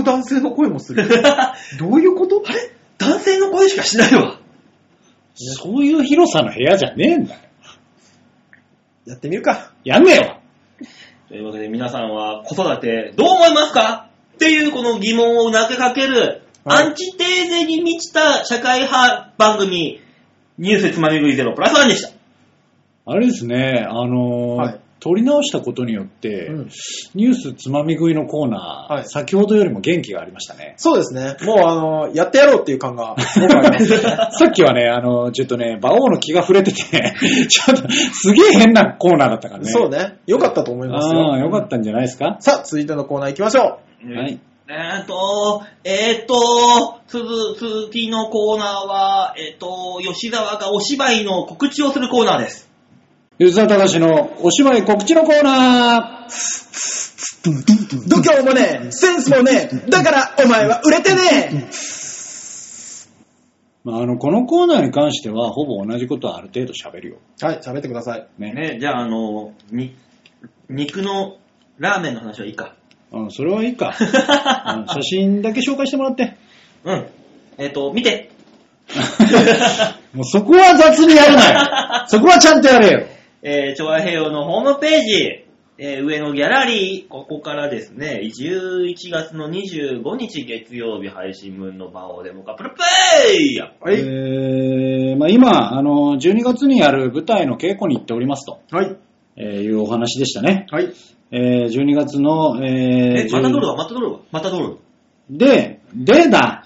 [SPEAKER 3] う男性の声もす る。どういうことあれ
[SPEAKER 2] 男性の声しかしないわ。
[SPEAKER 4] そういう広さの部屋じゃねえんだよ。
[SPEAKER 3] やってみるか。
[SPEAKER 4] やんねえわ。
[SPEAKER 2] というわけで皆さんは子育てどう思いますかっていうこの疑問を投げかける、
[SPEAKER 3] はい
[SPEAKER 2] アンチテーゼに満ちた社会派番組、ニュースつまみ食いゼロプラスワンでした。
[SPEAKER 4] あれですね、あのー
[SPEAKER 3] はい
[SPEAKER 4] 撮り直したことによって、
[SPEAKER 3] うん
[SPEAKER 4] ニュースつまみ食いのコーナー、
[SPEAKER 3] はい。
[SPEAKER 4] 先ほどよりも元気がありましたね
[SPEAKER 3] そうですね。もうあの、やってやろうっていう感がすごくあります。
[SPEAKER 4] さっきはね、あのーちょっとね、馬王の気が触れてて、 ちょっと、すげえ変なコーナーだったから ね。
[SPEAKER 3] そう
[SPEAKER 4] ね。
[SPEAKER 3] ね。よかったと思います
[SPEAKER 4] ああ、よ
[SPEAKER 3] よ。
[SPEAKER 4] かったんじゃないですか。
[SPEAKER 3] さあ、続いてのコーナー行きましょ
[SPEAKER 4] はい。
[SPEAKER 2] えーっと、えーっと、続きのコーナーは、えーっと、吉沢がお芝居の告知をするコーナーです。
[SPEAKER 4] 吉沢隆のお芝居告知のコーナー
[SPEAKER 3] う。度胸もねえ、センスもねえ、だからお前は売れてね
[SPEAKER 4] まあ、あの、このコーナーに関しては、ほぼ同じことはある程度喋るよ。
[SPEAKER 3] えはい、喋ってください。
[SPEAKER 4] ね。
[SPEAKER 2] ね、じゃあ、あの、に、肉のラーメンの話はいいか。
[SPEAKER 4] うん、それはい いか。うん写真だけ紹介してもらって。
[SPEAKER 2] うん。えーっと、見て。
[SPEAKER 4] もうそこは雑にやるな よ。そこはちゃんとやれよ。
[SPEAKER 2] えー、調和平洋のホームページ、えー上のギャラリー、ここからですね、11月の25日月曜日配信分の場をデモか、プルプレイヤー
[SPEAKER 3] はい。
[SPEAKER 4] えーまあ、今、あの、12月にやる舞台の稽古に行っておりますと、
[SPEAKER 3] はい。
[SPEAKER 4] えーいうお話でしたね。
[SPEAKER 3] はい。
[SPEAKER 4] えー12月の、えー
[SPEAKER 2] え、また撮る
[SPEAKER 4] 10
[SPEAKER 2] わ、また撮るわ、また撮るわ。
[SPEAKER 4] で、でだ、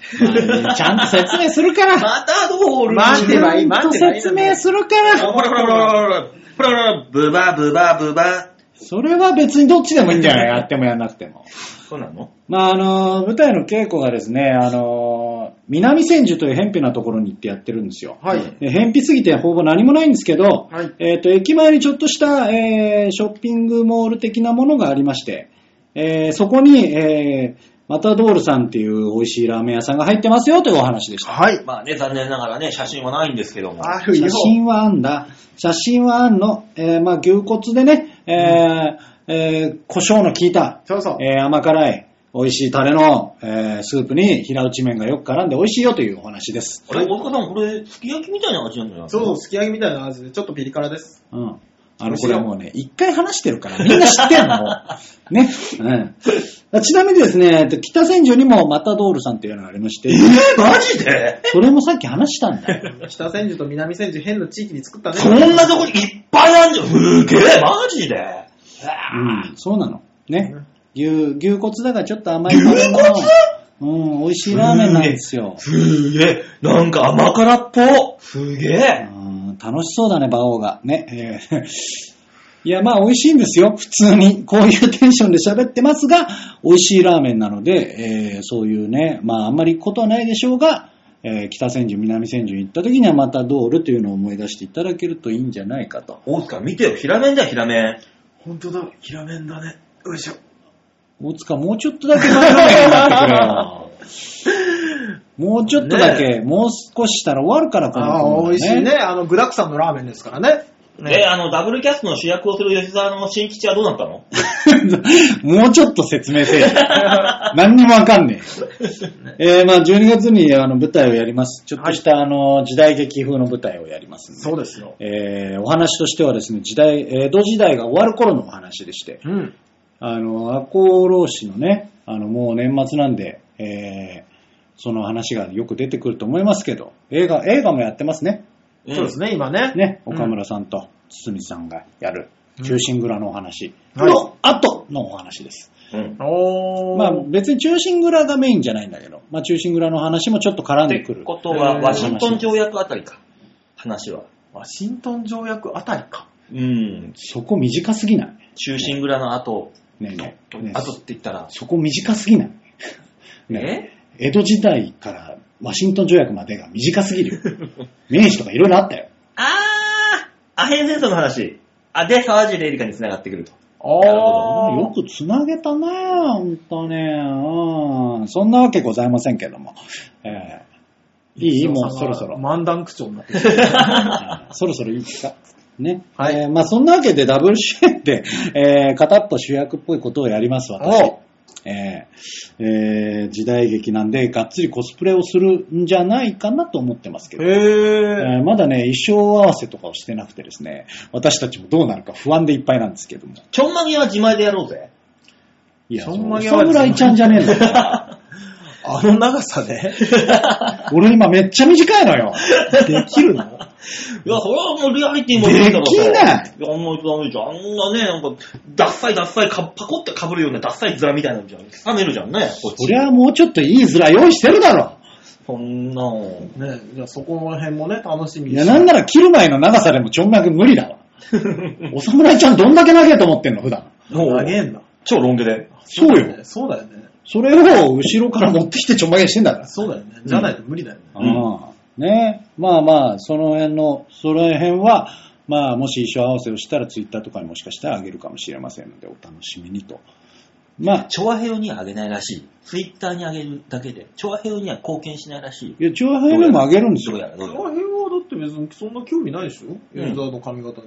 [SPEAKER 4] まあちゃんと説明するから。
[SPEAKER 2] また撮る
[SPEAKER 3] 待てばいい
[SPEAKER 4] ちゃんと説明するか
[SPEAKER 2] ほら
[SPEAKER 4] ら。
[SPEAKER 2] ほらほらほらほらほら、ブバブバブバ。
[SPEAKER 4] それは別にどっちでもいいんじゃないやってもやんなくても。
[SPEAKER 2] そうなの
[SPEAKER 4] まあ、あの、舞台の稽古がですね、あの、南千住という偏僻なところに行ってやってるんですよ。
[SPEAKER 3] はい。
[SPEAKER 4] えー偏僻すぎてほぼ何もないんですけど、
[SPEAKER 3] はい
[SPEAKER 4] えっと駅前にちょっとした、えーショッピングモール的なものがありまして、えーそこに、えーマタドールさんっていう美味しいラーメン屋さんが入ってますよというお話でした。
[SPEAKER 3] はい。
[SPEAKER 2] まあね、残念ながらね、写真はないんですけども。
[SPEAKER 3] ある
[SPEAKER 4] 写
[SPEAKER 3] よ。
[SPEAKER 4] 真はあんだ。写真はあんの、えーまあ牛骨でね、えーえー胡椒の効いた、
[SPEAKER 3] そうそう。
[SPEAKER 4] えー甘辛い、美味しいタレの、えースープに平打ち麺がよく絡んで美味しいよというお話です。
[SPEAKER 2] あれ、大塚さん、これ、すき焼きみたいな味なんじゃない
[SPEAKER 3] そうそう、すき焼きみたいな味で、ちょっとピリ辛です。
[SPEAKER 4] うん。あの、これはもうね、一回話してるから、みんな知ってんの、もう。 ね。うん。ちなみにですね、えっと北千住にもマタドールさんっていうのがありまして、
[SPEAKER 2] えー、マジで
[SPEAKER 4] それもさっき話したんだよ。
[SPEAKER 3] 北千住と南千住、変な地域に作ったね。
[SPEAKER 2] そんなとこにいっぱいあんじゃん。すげえ、マジで。
[SPEAKER 4] うん、そうなの。ね。牛、牛骨だからちょっと甘い
[SPEAKER 2] 牛骨
[SPEAKER 4] タレのうん、美味しいラーメンなんですよ。
[SPEAKER 2] すげえ、なんか甘辛っぽ。すげえ。
[SPEAKER 4] うん楽しそうだね、馬王が。ね。えー いや、まあ、美味しいんですよ。普通に。こういうテンションで喋ってますが、美味しいラーメンなので、えーそういうね、まあ、あんまり行くことはないでしょうが、えー北千住、南千住に行った時にはまたドールというのを思い出していただけるといいんじゃないかと。
[SPEAKER 2] 大塚、見てよ、ひらめんだよ、ひら めん。
[SPEAKER 3] 本当だ、ひらめんだね。よいしょ。
[SPEAKER 4] 大塚、もうちょっとだけラーメンに なってくれよ。もうちょっとだけ、もう少ししたら終わるから、この
[SPEAKER 3] あ
[SPEAKER 4] コーナー
[SPEAKER 3] あ、美味しいね。。あの、具沢山のラーメンですからね。
[SPEAKER 2] え、あの、ダブルキャストの主役をする吉沢の新吉はどうなったの
[SPEAKER 4] もうちょっと説明せえよ。何にもわかんねえ。えーまあ12月にあの舞台をやります。ちょっとしたあの時代劇風の舞台をやりますんで
[SPEAKER 3] そうですよ。
[SPEAKER 4] えーお話としてはですね、時代、えー江戸時代が終わる頃のお話でして、
[SPEAKER 3] うん。
[SPEAKER 4] あの、赤穂浪士のね、あの、もう年末なんで、えーその話がよく出てくると思いますけど、映画、映画もやってますね。
[SPEAKER 3] そうですね、今ね。
[SPEAKER 4] ね、
[SPEAKER 3] うん
[SPEAKER 4] 岡村さんと堤さんがやる、
[SPEAKER 3] うん
[SPEAKER 4] 忠臣蔵のお話
[SPEAKER 3] はい
[SPEAKER 4] の後のお話です。
[SPEAKER 2] うん。うん。
[SPEAKER 3] おー。
[SPEAKER 4] まあ別に中心蔵がメインじゃないんだけど、まあ中心蔵の話もちょっと絡ん
[SPEAKER 2] っ
[SPEAKER 4] で
[SPEAKER 2] て
[SPEAKER 4] くる。
[SPEAKER 2] ことは、
[SPEAKER 3] えー
[SPEAKER 2] ワシントン条約あたりか。話は。
[SPEAKER 3] ワシントン条約あたりか。
[SPEAKER 2] うん。
[SPEAKER 4] そこ短すぎない
[SPEAKER 2] 中心蔵の後、
[SPEAKER 4] ねえねえねえ
[SPEAKER 2] 後って言ったら、
[SPEAKER 4] そこ短すぎないね
[SPEAKER 2] え
[SPEAKER 4] え江戸時代からワシントン条約までが短すぎる よ。明治とかいろいろあったよ。
[SPEAKER 2] あー、アヘン戦争の話。あ、で、沢尻エリカに繋がってくると。
[SPEAKER 3] あ
[SPEAKER 2] なるほ
[SPEAKER 4] よくつなげたなぁ、ほんとね。うん。そんなわけございませんけども。えーいいもうそろそろ。
[SPEAKER 3] 漫談口調になってき た。
[SPEAKER 4] あそろそろいいですか。ね。
[SPEAKER 3] はい
[SPEAKER 4] えーまあそんなわけでダブル主演で、えー片っぽ主役っぽいことをやります、私。
[SPEAKER 3] お
[SPEAKER 4] えーえー時代劇なんで、がっつりコスプレをするんじゃないかなと思ってますけど。
[SPEAKER 3] へー。
[SPEAKER 4] えーまだね、衣装合わせとかをしてなくてですね、私たちもどうなるか不安でいっぱいなんですけども。
[SPEAKER 2] ちょんまげは自前でやろうぜ。
[SPEAKER 4] いや、
[SPEAKER 3] そ
[SPEAKER 4] そ
[SPEAKER 3] ん
[SPEAKER 4] ん
[SPEAKER 3] な
[SPEAKER 4] な
[SPEAKER 3] に
[SPEAKER 4] に
[SPEAKER 3] 合わせ
[SPEAKER 4] 侍ちゃんじゃねえんだ から。
[SPEAKER 3] あの長さ で
[SPEAKER 4] 俺今めっちゃ短いのよ。
[SPEAKER 3] でき るの
[SPEAKER 2] いや、それはもうリアリティも出るだろうと。
[SPEAKER 4] できない
[SPEAKER 2] いや、もうダメじゃん。あんなね、なんか、ダッサいダッサいか、パコって被るようなダッサい面みたいなのじゃん。冷めるじゃんね、こっ
[SPEAKER 4] そ
[SPEAKER 2] ち
[SPEAKER 4] り。ゃもうちょっといい面用意してるだろ。
[SPEAKER 2] そんなの。
[SPEAKER 3] ね、じゃあそこら辺もね、楽しみ
[SPEAKER 4] い
[SPEAKER 3] に
[SPEAKER 4] や、
[SPEAKER 3] し
[SPEAKER 4] なんなら切る前の長さでもちょんまげ無理 だわ。お侍ちゃんどんだけ長えと思ってんの、普段。
[SPEAKER 2] も
[SPEAKER 3] 投
[SPEAKER 2] う、
[SPEAKER 3] げんな。
[SPEAKER 2] 超ロン毛で。
[SPEAKER 4] そう
[SPEAKER 3] だ
[SPEAKER 4] よ
[SPEAKER 3] ね。そうだよね。
[SPEAKER 4] それを後ろから持ってきてちょんまげにしてんだから。
[SPEAKER 3] そうだよね。じゃないと無理だよね。
[SPEAKER 2] ん
[SPEAKER 4] ああねまあまあ、その辺の、その辺は、まあ、もし衣装合わせをしたらツイッターとかにもしかしたらあげるかもしれませんので、お楽しみにと。まあ、
[SPEAKER 2] 調和平にはあげないらしい。ツイッターにあげるだけで、調和平には貢献しないらしい。
[SPEAKER 4] いや、長編でもあげるんです
[SPEAKER 2] どう
[SPEAKER 4] よ。
[SPEAKER 2] やらど
[SPEAKER 3] そう
[SPEAKER 2] や
[SPEAKER 3] の
[SPEAKER 2] ら。
[SPEAKER 3] 辺はだって別にそんな興味ないでしょユーザーの髪型に。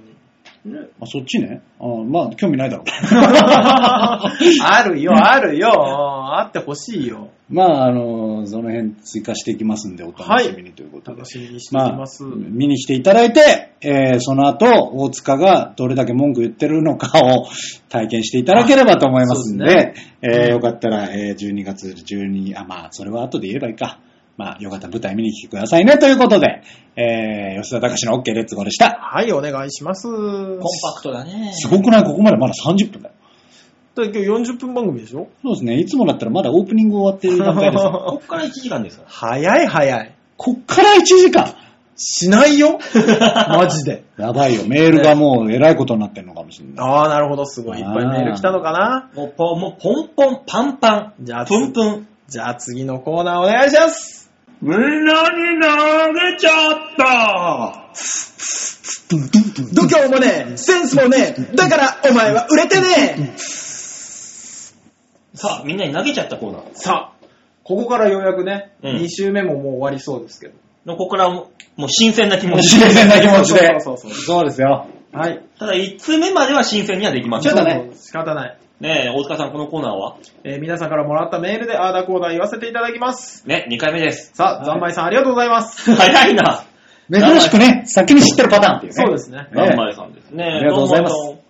[SPEAKER 3] ね。
[SPEAKER 4] あそっちね。ああまあ、興味ないだろう。
[SPEAKER 3] あるよ、あるよ。あってほしいよ。
[SPEAKER 4] まあ、あの、その辺追加していきますんで、お楽しみにということで。
[SPEAKER 3] 楽しみにしてい
[SPEAKER 4] ま
[SPEAKER 3] き
[SPEAKER 4] あ
[SPEAKER 3] ます。、
[SPEAKER 4] 見に来ていただいて、えーその後、大塚がどれだけ文句言ってるのかを体験していただければと思いますんで、
[SPEAKER 3] あそうで
[SPEAKER 4] えーよかったら、えー12月12、あ、まあ、それは後で言えばいいか。まあ、よかったら舞台見に来てくださいね、ということで、えー吉田隆の OK レッツゴーでした。
[SPEAKER 3] はい、お願いします。
[SPEAKER 2] コンパクトだね。
[SPEAKER 4] すごくないここまでまだ30分だよ。
[SPEAKER 3] だって今日40分番組でしょ
[SPEAKER 4] そうですね、いつもだったらまだオープニング終わってる段階ですよ。
[SPEAKER 2] こっから1時間ですから。
[SPEAKER 3] 早い早い。
[SPEAKER 4] こっから1時間
[SPEAKER 3] しない よ マジで。
[SPEAKER 4] やばいよ、メールがもうえらいことになってるのかもしれない。
[SPEAKER 3] ああ、なるほど。すごい。いっぱいメール来たのかな
[SPEAKER 2] もうポ、もうポンポン、パンパン。
[SPEAKER 3] じゃあ
[SPEAKER 2] プンプン。
[SPEAKER 3] じゃあ次のコーナーお願いします
[SPEAKER 2] みんなに投げちゃった
[SPEAKER 3] 度胸もねえ、センスもねえ、だからお前は売れてねえ
[SPEAKER 2] さあ、みんなに投げちゃったコーナー。
[SPEAKER 3] さあ、ここからようやくね、
[SPEAKER 2] うん
[SPEAKER 3] 2週目ももう終わりそうですけど。
[SPEAKER 2] ここからももう新鮮な気持ち
[SPEAKER 4] 新。鮮な気持ちで。
[SPEAKER 3] そうそうそう
[SPEAKER 4] そうですよ。
[SPEAKER 3] はい。
[SPEAKER 2] ただ、1通目までは新鮮にはできま
[SPEAKER 4] ち
[SPEAKER 2] せ
[SPEAKER 4] ょ
[SPEAKER 2] ん
[SPEAKER 4] っ。とね。
[SPEAKER 3] 仕方ない。
[SPEAKER 2] ねえ、大塚さん、このコーナーは
[SPEAKER 3] えー皆さんからもらったメールでアーダコーダー言わせていただきます。
[SPEAKER 2] ね、2回目です。
[SPEAKER 3] さあ、ざんまいさんありがとうございま す。
[SPEAKER 2] 早いな。
[SPEAKER 4] 珍しくね、先に知ってるパターンっていうね。
[SPEAKER 3] そうですね。
[SPEAKER 4] ね
[SPEAKER 2] ざんまいさんですね。
[SPEAKER 4] ありがとうございます
[SPEAKER 2] どもどうも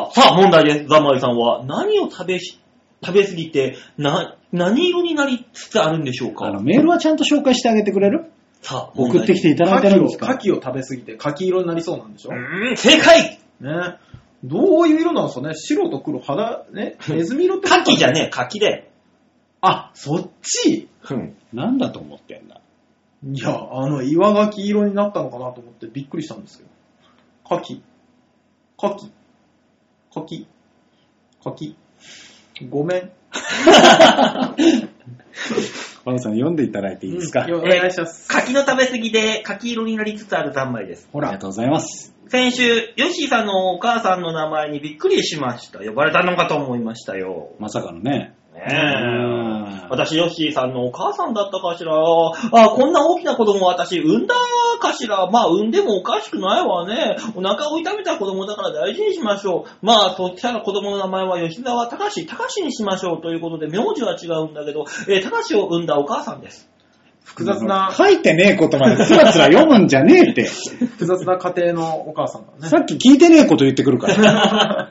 [SPEAKER 2] はあ、さあ、問題です。ざんまいさんは何を食べし、食べ過ぎて、な、何色になりつつあるんでしょう
[SPEAKER 4] あの、
[SPEAKER 2] か
[SPEAKER 4] メールはちゃんと紹介してあげてくれる
[SPEAKER 2] さあ、問
[SPEAKER 4] 送
[SPEAKER 2] 題
[SPEAKER 4] ってきていただいて
[SPEAKER 3] 牡
[SPEAKER 4] るん
[SPEAKER 3] 蠣を、
[SPEAKER 4] です
[SPEAKER 3] 牡
[SPEAKER 4] か
[SPEAKER 3] 蠣を食べすぎて牡蠣色になりそうなんでしょ、
[SPEAKER 2] うーん、正解
[SPEAKER 3] ね。どういう色なんですかね白と黒、肌、ね、ネズミ色ってこと
[SPEAKER 2] 牡蠣じゃねえ、牡蠣で。
[SPEAKER 3] あ、そっち
[SPEAKER 2] うん。
[SPEAKER 4] なんだと思ってんだ。
[SPEAKER 3] いや、あの、岩牡蠣色になったのかなと思ってびっくりしたんですけど。牡蠣。牡蠣。牡蠣。牡蠣。ごめん。
[SPEAKER 4] パンさん読んでいただいていいですか、
[SPEAKER 3] うんよお願いします。
[SPEAKER 2] 柿の食べ過ぎで柿色になりつつある三昧です。
[SPEAKER 3] ほ
[SPEAKER 4] ありが
[SPEAKER 3] ら。
[SPEAKER 4] とうございます。
[SPEAKER 2] 先週、ヨッシーさんのお母さんの名前にびっくりしました。呼ばれたのかと思いましたよ。
[SPEAKER 4] まさかのね。
[SPEAKER 2] ね
[SPEAKER 4] うん
[SPEAKER 2] え。私、ヨッシーさんのお母さんだったかしら。あ、こんな大きな子供私産んだかしら。まあ、産んでもおかしくないわね。お腹を痛めた子供だから大事にしましょう。まあ、そしたら子供の名前は吉沢隆、隆にしましょうということで、名字は違うんだけど、えー隆を産んだお母さんです。
[SPEAKER 3] 複雑な、
[SPEAKER 4] 書いてねえことまですらすら読むんじゃね えって。
[SPEAKER 3] 複雑な家庭のお母さんだね。
[SPEAKER 4] さっき聞いてねえこと言ってくるから。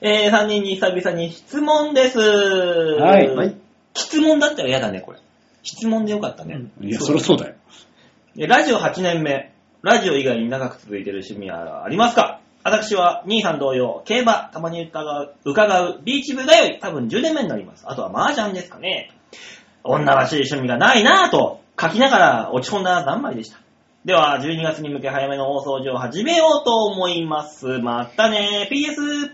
[SPEAKER 2] えー、3人に久々に質問です。はい
[SPEAKER 3] はい。
[SPEAKER 2] 質問だったら嫌だね、これ。質問でよかったね。
[SPEAKER 3] うん
[SPEAKER 4] いや、そりゃそうだよ。
[SPEAKER 2] えラジオ8年目。ラジオ以外に長く続いている趣味はありますか私は、兄さん同様、競馬、たまに伺う、伺うビーチ部がよい、多分10年目になります。あとは麻雀ですかね。女らしい趣味がないなぁと、書きながら落ち込んだ何枚でした。では、12月に向け早めの大掃除を始めようと思います。またね PS、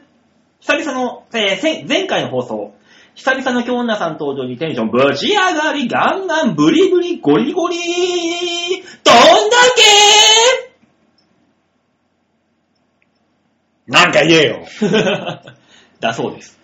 [SPEAKER 2] 久々の、えー前前回の放送、久々の京女さん登場にテンションぶち上がり、ガンガン、ブリブリ、ゴリゴリ、どんだ
[SPEAKER 4] なんか言えよ。
[SPEAKER 2] け だそうです。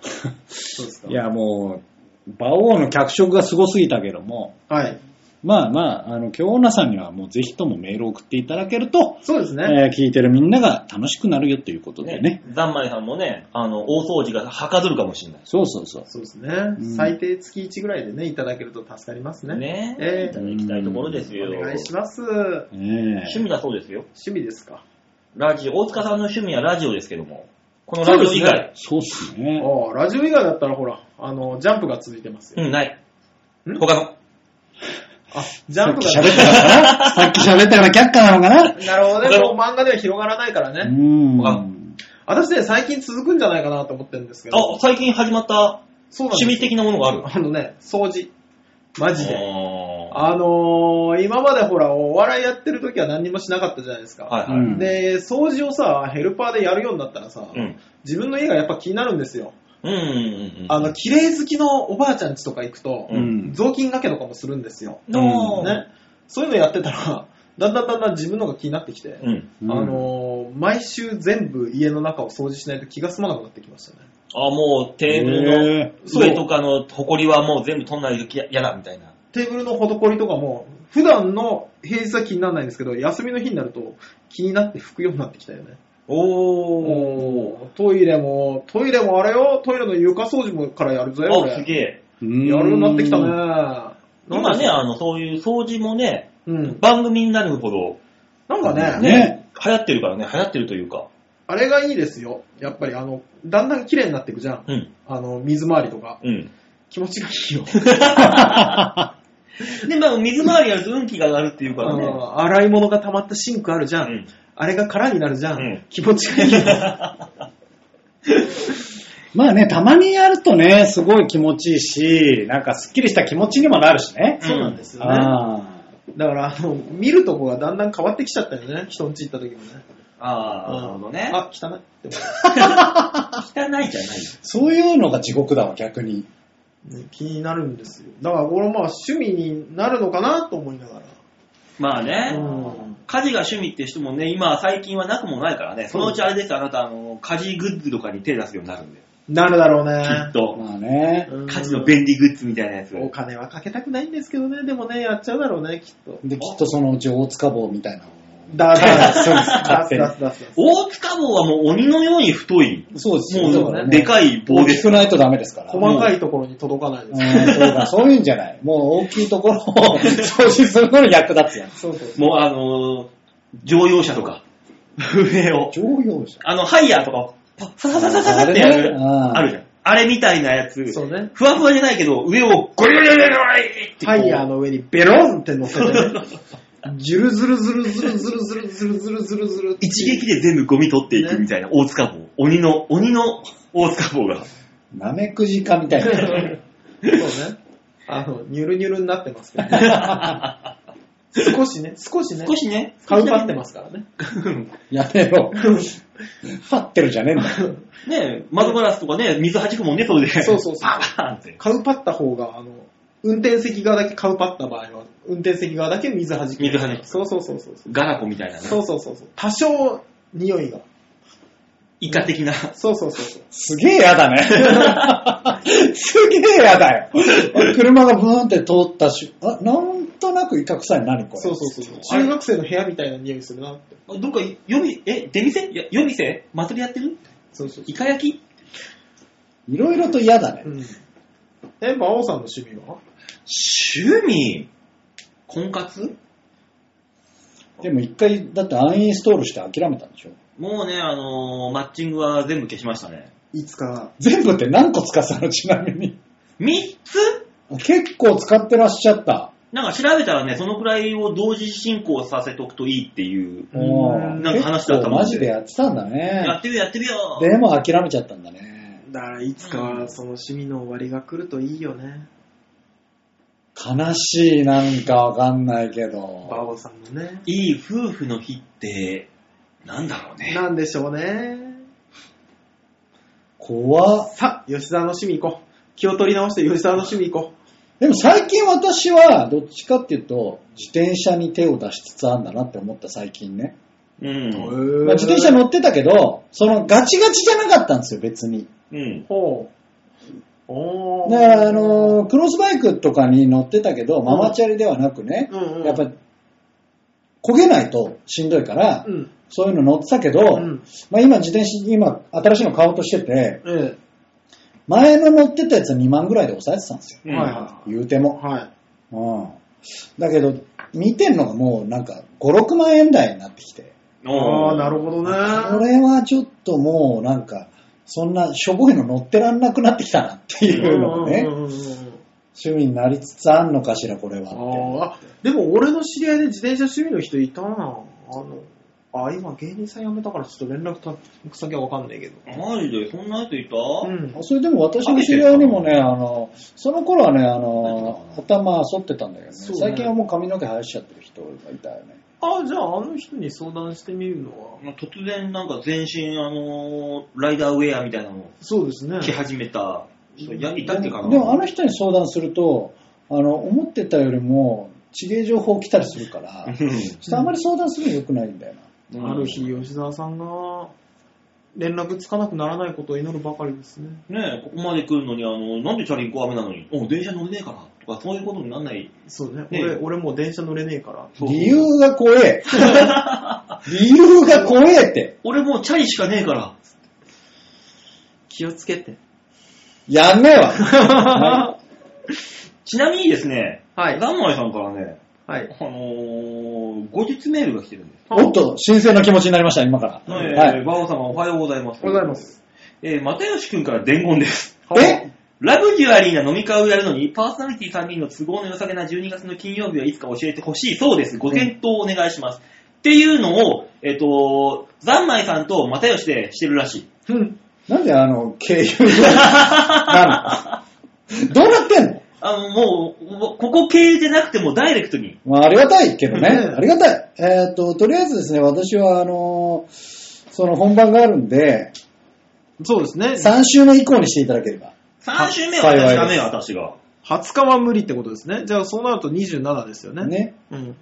[SPEAKER 3] そうですか
[SPEAKER 4] い。や、もう、馬王の脚色がすごすぎたけども、
[SPEAKER 3] はい。
[SPEAKER 4] まあまあ、あの、京女さんにはもうぜひともメールを送っていただけると、
[SPEAKER 3] そうですね。
[SPEAKER 4] えー聞いてるみんなが楽しくなるよということでね。
[SPEAKER 2] ね、ざんまいさんもね、あの、大掃除がはかどるかもしれない
[SPEAKER 4] そうそうそう。
[SPEAKER 3] そうです
[SPEAKER 4] うん
[SPEAKER 3] ね。最低月1ぐらいでね、いただけると助かりますね。
[SPEAKER 2] ね。
[SPEAKER 3] え
[SPEAKER 2] い
[SPEAKER 3] え
[SPEAKER 2] ただきたいところですよ。
[SPEAKER 3] お願いし
[SPEAKER 2] 趣
[SPEAKER 3] ます。
[SPEAKER 4] ええ
[SPEAKER 2] 味だそうですよ。
[SPEAKER 3] 趣味ですか。
[SPEAKER 2] ラジオ、大塚さんの趣味はラジオですけども、このラジオ以外、
[SPEAKER 4] そうっすね。
[SPEAKER 3] ああ、ラジオ以外だったらほら、あの、ジャンプが続いてますよ。
[SPEAKER 2] うん、ない。
[SPEAKER 3] ん
[SPEAKER 2] 他の。
[SPEAKER 3] あ、ジャ
[SPEAKER 4] さ
[SPEAKER 3] ン
[SPEAKER 4] っ
[SPEAKER 3] プ
[SPEAKER 4] き
[SPEAKER 3] が
[SPEAKER 4] 喋ったからかなさっき喋ったから却下なのかな
[SPEAKER 3] なるほど
[SPEAKER 2] 他
[SPEAKER 3] ね。
[SPEAKER 2] の
[SPEAKER 3] もう漫画では広がらないから
[SPEAKER 4] う
[SPEAKER 3] ね。
[SPEAKER 2] あ
[SPEAKER 4] ん。
[SPEAKER 3] 私ね、最近続くんじゃないかなと思ってるんですけど
[SPEAKER 2] あ、。最近始まった
[SPEAKER 3] そうなん
[SPEAKER 2] 趣
[SPEAKER 3] で
[SPEAKER 2] 味
[SPEAKER 3] すよ
[SPEAKER 2] 的なものがある。
[SPEAKER 3] あのね、掃除。マジで。
[SPEAKER 2] あ
[SPEAKER 3] あのー、今までほら、お笑いやってる時は何にもしなかったじゃないですか。
[SPEAKER 2] ーはいはい。
[SPEAKER 4] うん
[SPEAKER 3] で、掃除をさ、ヘルパーでやるようになったらさ、
[SPEAKER 2] うん。
[SPEAKER 3] 自分の家がやっぱ気になるんですよ。
[SPEAKER 2] うんうんうんうん。
[SPEAKER 3] あの、綺麗好きのおばあちゃん家とか行くと、
[SPEAKER 2] う
[SPEAKER 4] うん。
[SPEAKER 3] 雑巾がけとかもするんですよ。
[SPEAKER 2] の、
[SPEAKER 3] ね。そういうのやってたら、だんだんだんだん自分のが気になってきて、
[SPEAKER 2] うん。
[SPEAKER 4] うん
[SPEAKER 3] あのー毎週全部家の中を掃除しないと気が済まなくなってきましたね。
[SPEAKER 2] あ、もうテーブ
[SPEAKER 4] へ
[SPEAKER 2] ル
[SPEAKER 4] え
[SPEAKER 2] の上とかの埃はもう全部取んないと嫌だみたいな。
[SPEAKER 3] テーブルの施りとかも、普段の平日は気にならないんですけど、休みの日になると気になって拭くようになってきたよね。
[SPEAKER 2] おー。
[SPEAKER 3] トイレも、トイレもあれよ、トイレの床掃除もからやるぜ、
[SPEAKER 2] あ、す
[SPEAKER 3] 俺。
[SPEAKER 2] げえ。
[SPEAKER 4] うん
[SPEAKER 3] やるようになってきたね。なん
[SPEAKER 2] 今
[SPEAKER 3] だ
[SPEAKER 2] ね、あの、そういう掃除もね、
[SPEAKER 3] うん。
[SPEAKER 2] 番組になるほど、
[SPEAKER 3] なんかね、
[SPEAKER 4] ね。
[SPEAKER 2] 流行ってるからね、流行ってるというか。
[SPEAKER 3] あれがいいですよ。やっぱり、あの、だんだん綺麗になっていくじゃん。
[SPEAKER 2] うん。
[SPEAKER 3] あの、水回りとか。
[SPEAKER 2] うん。
[SPEAKER 3] 気持ちがいいよ。
[SPEAKER 2] で、まあ、水回りやると運気が上がるっていうからね。
[SPEAKER 3] うん洗い物が溜まったシンクあるじゃん。
[SPEAKER 2] うん
[SPEAKER 3] あれが空になるじゃん。
[SPEAKER 2] うん
[SPEAKER 3] 気持ちがい いよ。
[SPEAKER 4] まあね、たまにやるとね、すごい気持ちいいし、なんかスッキリした気持ちにもなるしね。
[SPEAKER 3] そうなんですよね。
[SPEAKER 4] あ
[SPEAKER 3] だから、あの、見るとこがだんだん変わってきちゃったよね。人ん家行った時もね。
[SPEAKER 2] ああ、なるほどね。
[SPEAKER 3] あ、汚い
[SPEAKER 2] 汚
[SPEAKER 3] って思
[SPEAKER 2] いじゃない
[SPEAKER 4] ーそういうのが地獄だわ、逆に。
[SPEAKER 3] うね気になるんですよ。だから、俺もまあ趣味になるのかなと思いなが
[SPEAKER 2] まあ
[SPEAKER 3] ら。
[SPEAKER 2] ね。
[SPEAKER 3] うん。
[SPEAKER 2] 家事が趣味って人もね、今最近はなくもないからね、そのうちあれです、あなた、あの、家事グッズとかに手出すようになるんで。
[SPEAKER 3] なるだろう
[SPEAKER 2] きっ
[SPEAKER 3] ね。
[SPEAKER 2] と。
[SPEAKER 4] まあね。
[SPEAKER 3] うん
[SPEAKER 2] 価値の便利グッズみたいなやつ。
[SPEAKER 3] お金はかけたくないんですけどね、でもね、やっちゃうだろうね、きっと。
[SPEAKER 4] で、きっとそのうち大塚坊みたいなのを。
[SPEAKER 3] だ、だ、
[SPEAKER 4] そうです
[SPEAKER 3] だ、だ、
[SPEAKER 4] 勝手に
[SPEAKER 3] だ、だ。
[SPEAKER 2] 大塚棒はもう鬼のように太い。
[SPEAKER 4] そうですよ
[SPEAKER 2] も
[SPEAKER 4] だか
[SPEAKER 2] う、
[SPEAKER 4] らね
[SPEAKER 2] でかい棒
[SPEAKER 4] 大
[SPEAKER 2] で
[SPEAKER 4] き
[SPEAKER 2] す
[SPEAKER 4] く。ないとダメですから。
[SPEAKER 3] 細かいところに届かないで
[SPEAKER 4] うん
[SPEAKER 3] す。
[SPEAKER 4] そうかそういうんじゃない。もう大きいところを 掃除するのに役立つやん。
[SPEAKER 3] そうそう。
[SPEAKER 2] もうあのー、乗用車とか、上を。
[SPEAKER 4] 乗用車。
[SPEAKER 2] あの、ハイヤーとかを、パッササササササってや
[SPEAKER 4] あれね
[SPEAKER 2] る。
[SPEAKER 4] うん
[SPEAKER 2] あるじゃん。あれみたいなやつ。
[SPEAKER 3] そうね。
[SPEAKER 2] ふわふわじゃないけど、上をゴリゴリゴリゴリってこう。
[SPEAKER 3] ハイヤーの上にベロンって乗せてね。 ジュルズルズルズルズルズルズルズルズルズルって
[SPEAKER 2] 一撃で全部ゴミ取っていくみたいな、大塚棒。鬼の、鬼の大塚棒が。
[SPEAKER 4] なめくじかみたい
[SPEAKER 3] そ
[SPEAKER 4] な。
[SPEAKER 3] うね。あの、ニュルニュルになってますけどね。少しね、少しね。
[SPEAKER 2] 少しね、
[SPEAKER 3] カウパってますからね。
[SPEAKER 4] やめろ。張ってるじゃねえんだよ。
[SPEAKER 2] ねえ、窓ガラスとかね、水弾くもんね、それで。
[SPEAKER 3] そうそうそう
[SPEAKER 2] パーンって。
[SPEAKER 3] カウパった方が、あの、運転席側だけカウパった場合は、運転席側だけ水弾き。
[SPEAKER 2] 水弾く
[SPEAKER 3] そうそうそうそう。
[SPEAKER 2] ガラコみたいなね。
[SPEAKER 3] そうそうそうそう。多少、匂いが。
[SPEAKER 2] イカ的な。
[SPEAKER 3] そうそうそうそう。
[SPEAKER 4] すげえ嫌だ ね。すげえ嫌だよ。車がブーンって通ったし、あ、なんとなく威嚇臭い。何これ。
[SPEAKER 3] そうそうそう。中学生の部屋みたいな匂いするなって。
[SPEAKER 2] どっか、夜店、え、出店いや夜店祭りやってる
[SPEAKER 3] そうそう
[SPEAKER 2] イカ焼き
[SPEAKER 4] いろいろと嫌だね
[SPEAKER 3] う。。ん。え、馬王さんの趣味は
[SPEAKER 2] 趣味婚活
[SPEAKER 4] でも一回、だってアンインストールして諦めたんでしょ
[SPEAKER 2] もうね、あのーマッチングは全部消しましたね。
[SPEAKER 3] いつか、
[SPEAKER 4] 全部って何個使ってたのちなみに。
[SPEAKER 2] 3つ
[SPEAKER 4] 結構使ってらっしゃった。
[SPEAKER 2] なんか調べたらね、そのくらいを同時進行させとくといいっていう。
[SPEAKER 3] うん
[SPEAKER 4] おー
[SPEAKER 3] なん
[SPEAKER 2] か話だったも
[SPEAKER 4] 結
[SPEAKER 2] ん
[SPEAKER 4] 構
[SPEAKER 2] ね
[SPEAKER 4] マジでやってたんだ
[SPEAKER 2] や
[SPEAKER 4] ね
[SPEAKER 2] っ。てるよやってるよ
[SPEAKER 4] でも諦めちゃったんだね。
[SPEAKER 3] だからいつかはその趣味の終わりが来るといいよね。
[SPEAKER 4] 悲しいなんかわかんないけ
[SPEAKER 3] 馬
[SPEAKER 4] ど。
[SPEAKER 3] 王さんのね。
[SPEAKER 2] いい夫婦の日って、なんだろうね。
[SPEAKER 3] なんでしょうね。
[SPEAKER 4] 怖っ
[SPEAKER 3] さあ、吉沢の趣味行こう。気を取り直して吉沢の趣味行こ
[SPEAKER 4] でも最近私はどっちかっていうと自転車に手を出しつつあんだなって思った最近ね。
[SPEAKER 2] うん。
[SPEAKER 3] う。
[SPEAKER 4] まあ自転車
[SPEAKER 3] の。
[SPEAKER 4] 乗ってたけど、そのガチガチじゃなかったんですよ別に。
[SPEAKER 2] うん。
[SPEAKER 3] ほう。おー。
[SPEAKER 4] だからあのークロスバイクとかに乗ってたけど、ママチャリではなくね、
[SPEAKER 3] うんうん
[SPEAKER 4] やっぱ焦げないとしんどいから、
[SPEAKER 3] うん。
[SPEAKER 4] そういうの乗ってたけど、
[SPEAKER 3] うん
[SPEAKER 4] まあ今自転車、今新しいの買おうとしてて、
[SPEAKER 3] え
[SPEAKER 4] 前の乗ってたやつは2万ぐらいで抑えてたんですよ。
[SPEAKER 3] え。はいは
[SPEAKER 4] 言うて
[SPEAKER 3] い。
[SPEAKER 4] も。
[SPEAKER 3] はい。
[SPEAKER 4] うん。だけど、見てんのがもうなんか5、6万円台になってきて、
[SPEAKER 3] ああ、なる
[SPEAKER 2] ほ
[SPEAKER 3] ほど
[SPEAKER 4] こ
[SPEAKER 3] ね。
[SPEAKER 4] れはちょっともうなんか、そんなしょぼいの乗ってらんなくなってきたなっていうのがね、
[SPEAKER 3] うんうんうんうん
[SPEAKER 4] 趣味になりつつあんのかしら、これはっ
[SPEAKER 3] あ
[SPEAKER 4] て。
[SPEAKER 3] ーあ、でも俺の知り合いで自転車趣味の人いたな。あの、あ、今芸人さん辞めたからちょっと連絡た先はわかんないけど。
[SPEAKER 2] マジで、そんなやついた
[SPEAKER 3] うん。
[SPEAKER 4] それでも私の知り合いにもね、あの、その頃はね、あの、頭剃ってたんだけどね
[SPEAKER 3] そうね
[SPEAKER 4] 最近はもう髪の毛生やしちゃってる人がいたよね。
[SPEAKER 3] あ、じゃああの人に相談してみるのは。
[SPEAKER 2] まあ突然なんか全身、あのーライダーウェアみたいなのを
[SPEAKER 3] そうですね。
[SPEAKER 2] 着始めた人、やいたっけかな
[SPEAKER 4] でもあの人に相談すると、あの、思ってたよりも、地芸情報来たりするから、ちょっとあまり相談するの良くないんだよな。
[SPEAKER 2] うん
[SPEAKER 3] ある日、吉沢さんが連絡つかなくならないことを祈るばかりですね。
[SPEAKER 2] ねえ、ここまで来るのに、あの、なんでチャリンコ雨なのに、お電車乗れねえから、とか、そういうことにならない。
[SPEAKER 3] そうね。
[SPEAKER 2] ね
[SPEAKER 3] 俺、俺もう電車乗れねえから。
[SPEAKER 2] そう
[SPEAKER 4] 理由が怖 え。理由が怖えって。
[SPEAKER 2] 俺もうチャリしかねえから。
[SPEAKER 3] 気をつけて。
[SPEAKER 4] やんねえ わ。 は
[SPEAKER 2] ちなみにですね、
[SPEAKER 3] はい。
[SPEAKER 2] ガンマイさんからね、
[SPEAKER 3] はい。
[SPEAKER 2] あのー、後日メールが来てるんです。
[SPEAKER 4] おっと、神聖な気持ちになりました、今から。
[SPEAKER 2] え
[SPEAKER 4] は
[SPEAKER 2] ー、
[SPEAKER 4] い。
[SPEAKER 2] バオ様おはようございます。
[SPEAKER 3] おはようございま。す。
[SPEAKER 2] えー、又吉くんから伝言です。
[SPEAKER 4] え
[SPEAKER 2] ラブデュアリーな飲み会をやるのに、パーソナリティ3人の都合の良さげな12月の金曜日はいつか教えてほしいそうです。ご検討お願いします。っていうのを、えっ、と、ザンマイさんと又吉でしてるらしい。
[SPEAKER 3] うん。
[SPEAKER 4] なんであの、経由なのどうなってんの
[SPEAKER 2] あの、もう、もうここ経由でなくてもダイレクトに。
[SPEAKER 4] まあ、ありがたいけどね。
[SPEAKER 3] うん
[SPEAKER 4] ありがたい。えーっ、と、とりあえずですね、私は、あのーその本番があるんで、
[SPEAKER 3] そうですね。
[SPEAKER 4] 3週目以降にしていただければ。
[SPEAKER 2] 3週目は
[SPEAKER 4] 幸いです
[SPEAKER 2] 私ダメよ、私が。
[SPEAKER 3] 20日は無理ってことですね。じゃあそうなると27ですよね。
[SPEAKER 4] ね。
[SPEAKER 3] うん。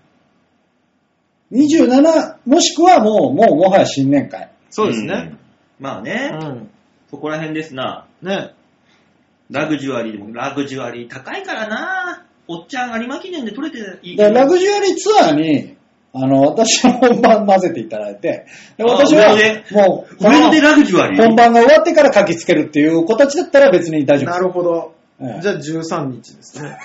[SPEAKER 4] 27、もしくはもう、もう、もはや新年会。
[SPEAKER 3] そうですね。
[SPEAKER 2] ん。まあ
[SPEAKER 3] う
[SPEAKER 2] ね、
[SPEAKER 3] ん。
[SPEAKER 2] そこら辺ですな。
[SPEAKER 3] ね。
[SPEAKER 2] ラグジュアリーでも、ラグジュアリー高いからなおっちゃん有馬記念で取れていい。
[SPEAKER 4] で、ラグジュアリーツアーに、あの、私の本番混ぜていただいて、
[SPEAKER 2] あ
[SPEAKER 4] で私は
[SPEAKER 2] 上で、
[SPEAKER 4] もう、こ
[SPEAKER 2] 上野で
[SPEAKER 4] の
[SPEAKER 2] ラグジュアリー
[SPEAKER 4] 本番が終わってから書きつけるっていう子たちだったら別に大丈夫
[SPEAKER 3] なるほど。
[SPEAKER 4] ええ
[SPEAKER 3] じゃあ13日です ね。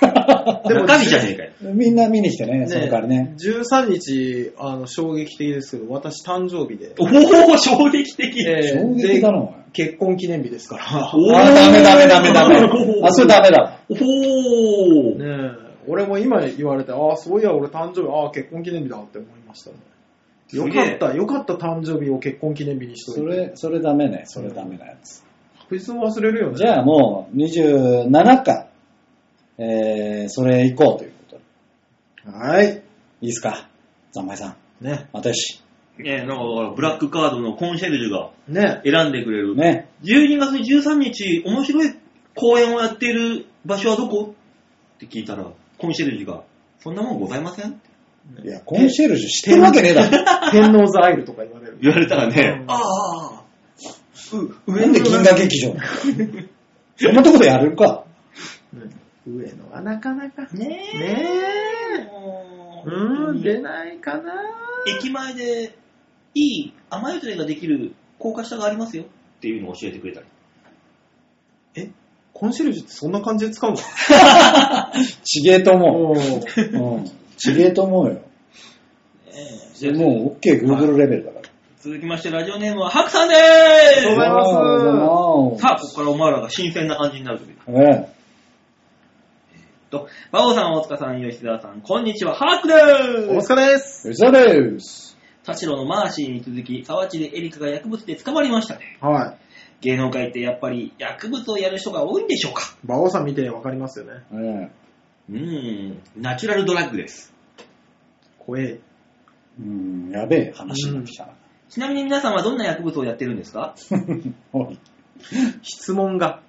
[SPEAKER 3] でも
[SPEAKER 2] 中身じゃねえかよ。
[SPEAKER 4] みんな見に来てね、そのからね。
[SPEAKER 3] 13日、あの、衝撃的ですけど、私誕生日で。
[SPEAKER 2] おお衝撃的。
[SPEAKER 3] ええ
[SPEAKER 4] 衝撃だな、おい。
[SPEAKER 3] で結婚記念日ですから。
[SPEAKER 2] おー
[SPEAKER 4] あ、ダメダメダメ ダメ。あ、それダメだ。
[SPEAKER 2] おお、
[SPEAKER 3] ねえ、俺も今言われて、ああ、そういや、俺誕生日、ああ、結婚記念日だって思いましたね。
[SPEAKER 2] す
[SPEAKER 3] よ
[SPEAKER 2] げ
[SPEAKER 3] か
[SPEAKER 2] え
[SPEAKER 3] った、よかった誕生日を結婚記念日にしと
[SPEAKER 4] そ
[SPEAKER 3] いて。
[SPEAKER 4] れ、それダメね。それダメなやつ。
[SPEAKER 3] 確実に忘れるよね。
[SPEAKER 4] じゃあもう、27か、えー、それ行こうということで。
[SPEAKER 3] はい。
[SPEAKER 4] いいですかざんまいさん。
[SPEAKER 3] ね。
[SPEAKER 4] またよし。
[SPEAKER 2] ねえ、なんか、ブラックカードのコンシェルジュが
[SPEAKER 3] ね。
[SPEAKER 2] 選んでくれる。
[SPEAKER 4] ね。
[SPEAKER 2] 12月13日、面白い公演をやっている場所はどこって聞いたら、コンシェルジュが、そんなもんございませんって
[SPEAKER 4] いや、コンシェルジュ知ってるわけねえだろ。
[SPEAKER 3] 天王座アイルとか言われる。
[SPEAKER 2] 言われたらね
[SPEAKER 3] う、ん
[SPEAKER 2] ああああ、う
[SPEAKER 4] なんで銀河劇場なのそんなとこでやるか。
[SPEAKER 3] ね上野はなかなか。ね
[SPEAKER 2] ねえ。
[SPEAKER 3] え。
[SPEAKER 2] も
[SPEAKER 3] う
[SPEAKER 2] 本当
[SPEAKER 3] ん、
[SPEAKER 2] に
[SPEAKER 3] 出ないかな。
[SPEAKER 2] 駅前でいい甘いトレができる高架下がありますよっていうのを教えてくれたり。
[SPEAKER 3] コンシェルジュってそんな感じで使うの
[SPEAKER 4] ちげえと思
[SPEAKER 3] おー
[SPEAKER 4] う。うん。ちげえと思うよ。
[SPEAKER 2] ええ
[SPEAKER 4] もう OK、Google レベルだから。
[SPEAKER 2] 続きまして、ラジオネームはハクさんで
[SPEAKER 3] おはようございます
[SPEAKER 2] す
[SPEAKER 4] あ
[SPEAKER 2] さあ、ここからお前らが新鮮な感じになるという
[SPEAKER 4] りがとうございます。え
[SPEAKER 2] と、バオさん、大塚さん、吉沢さん、こんにちは、ハクで
[SPEAKER 3] お
[SPEAKER 2] す
[SPEAKER 3] 疲れです。
[SPEAKER 4] え、嘘です。
[SPEAKER 2] 田代のマーシーに続き、沢地でエリカが薬物で捕まりましたね。
[SPEAKER 3] は
[SPEAKER 2] 芸能界ってやっぱり薬物をやる人が多いんでしょうか
[SPEAKER 3] い。馬王さん見てわかりますよね。
[SPEAKER 2] う
[SPEAKER 4] ええ
[SPEAKER 2] ーん、ナチュラルドラッグです。
[SPEAKER 3] 怖え。
[SPEAKER 4] うん、やべえ話になってきたな。
[SPEAKER 2] ちなみに皆さんはどんな薬物をやってるんですか
[SPEAKER 4] おい
[SPEAKER 3] 質問が、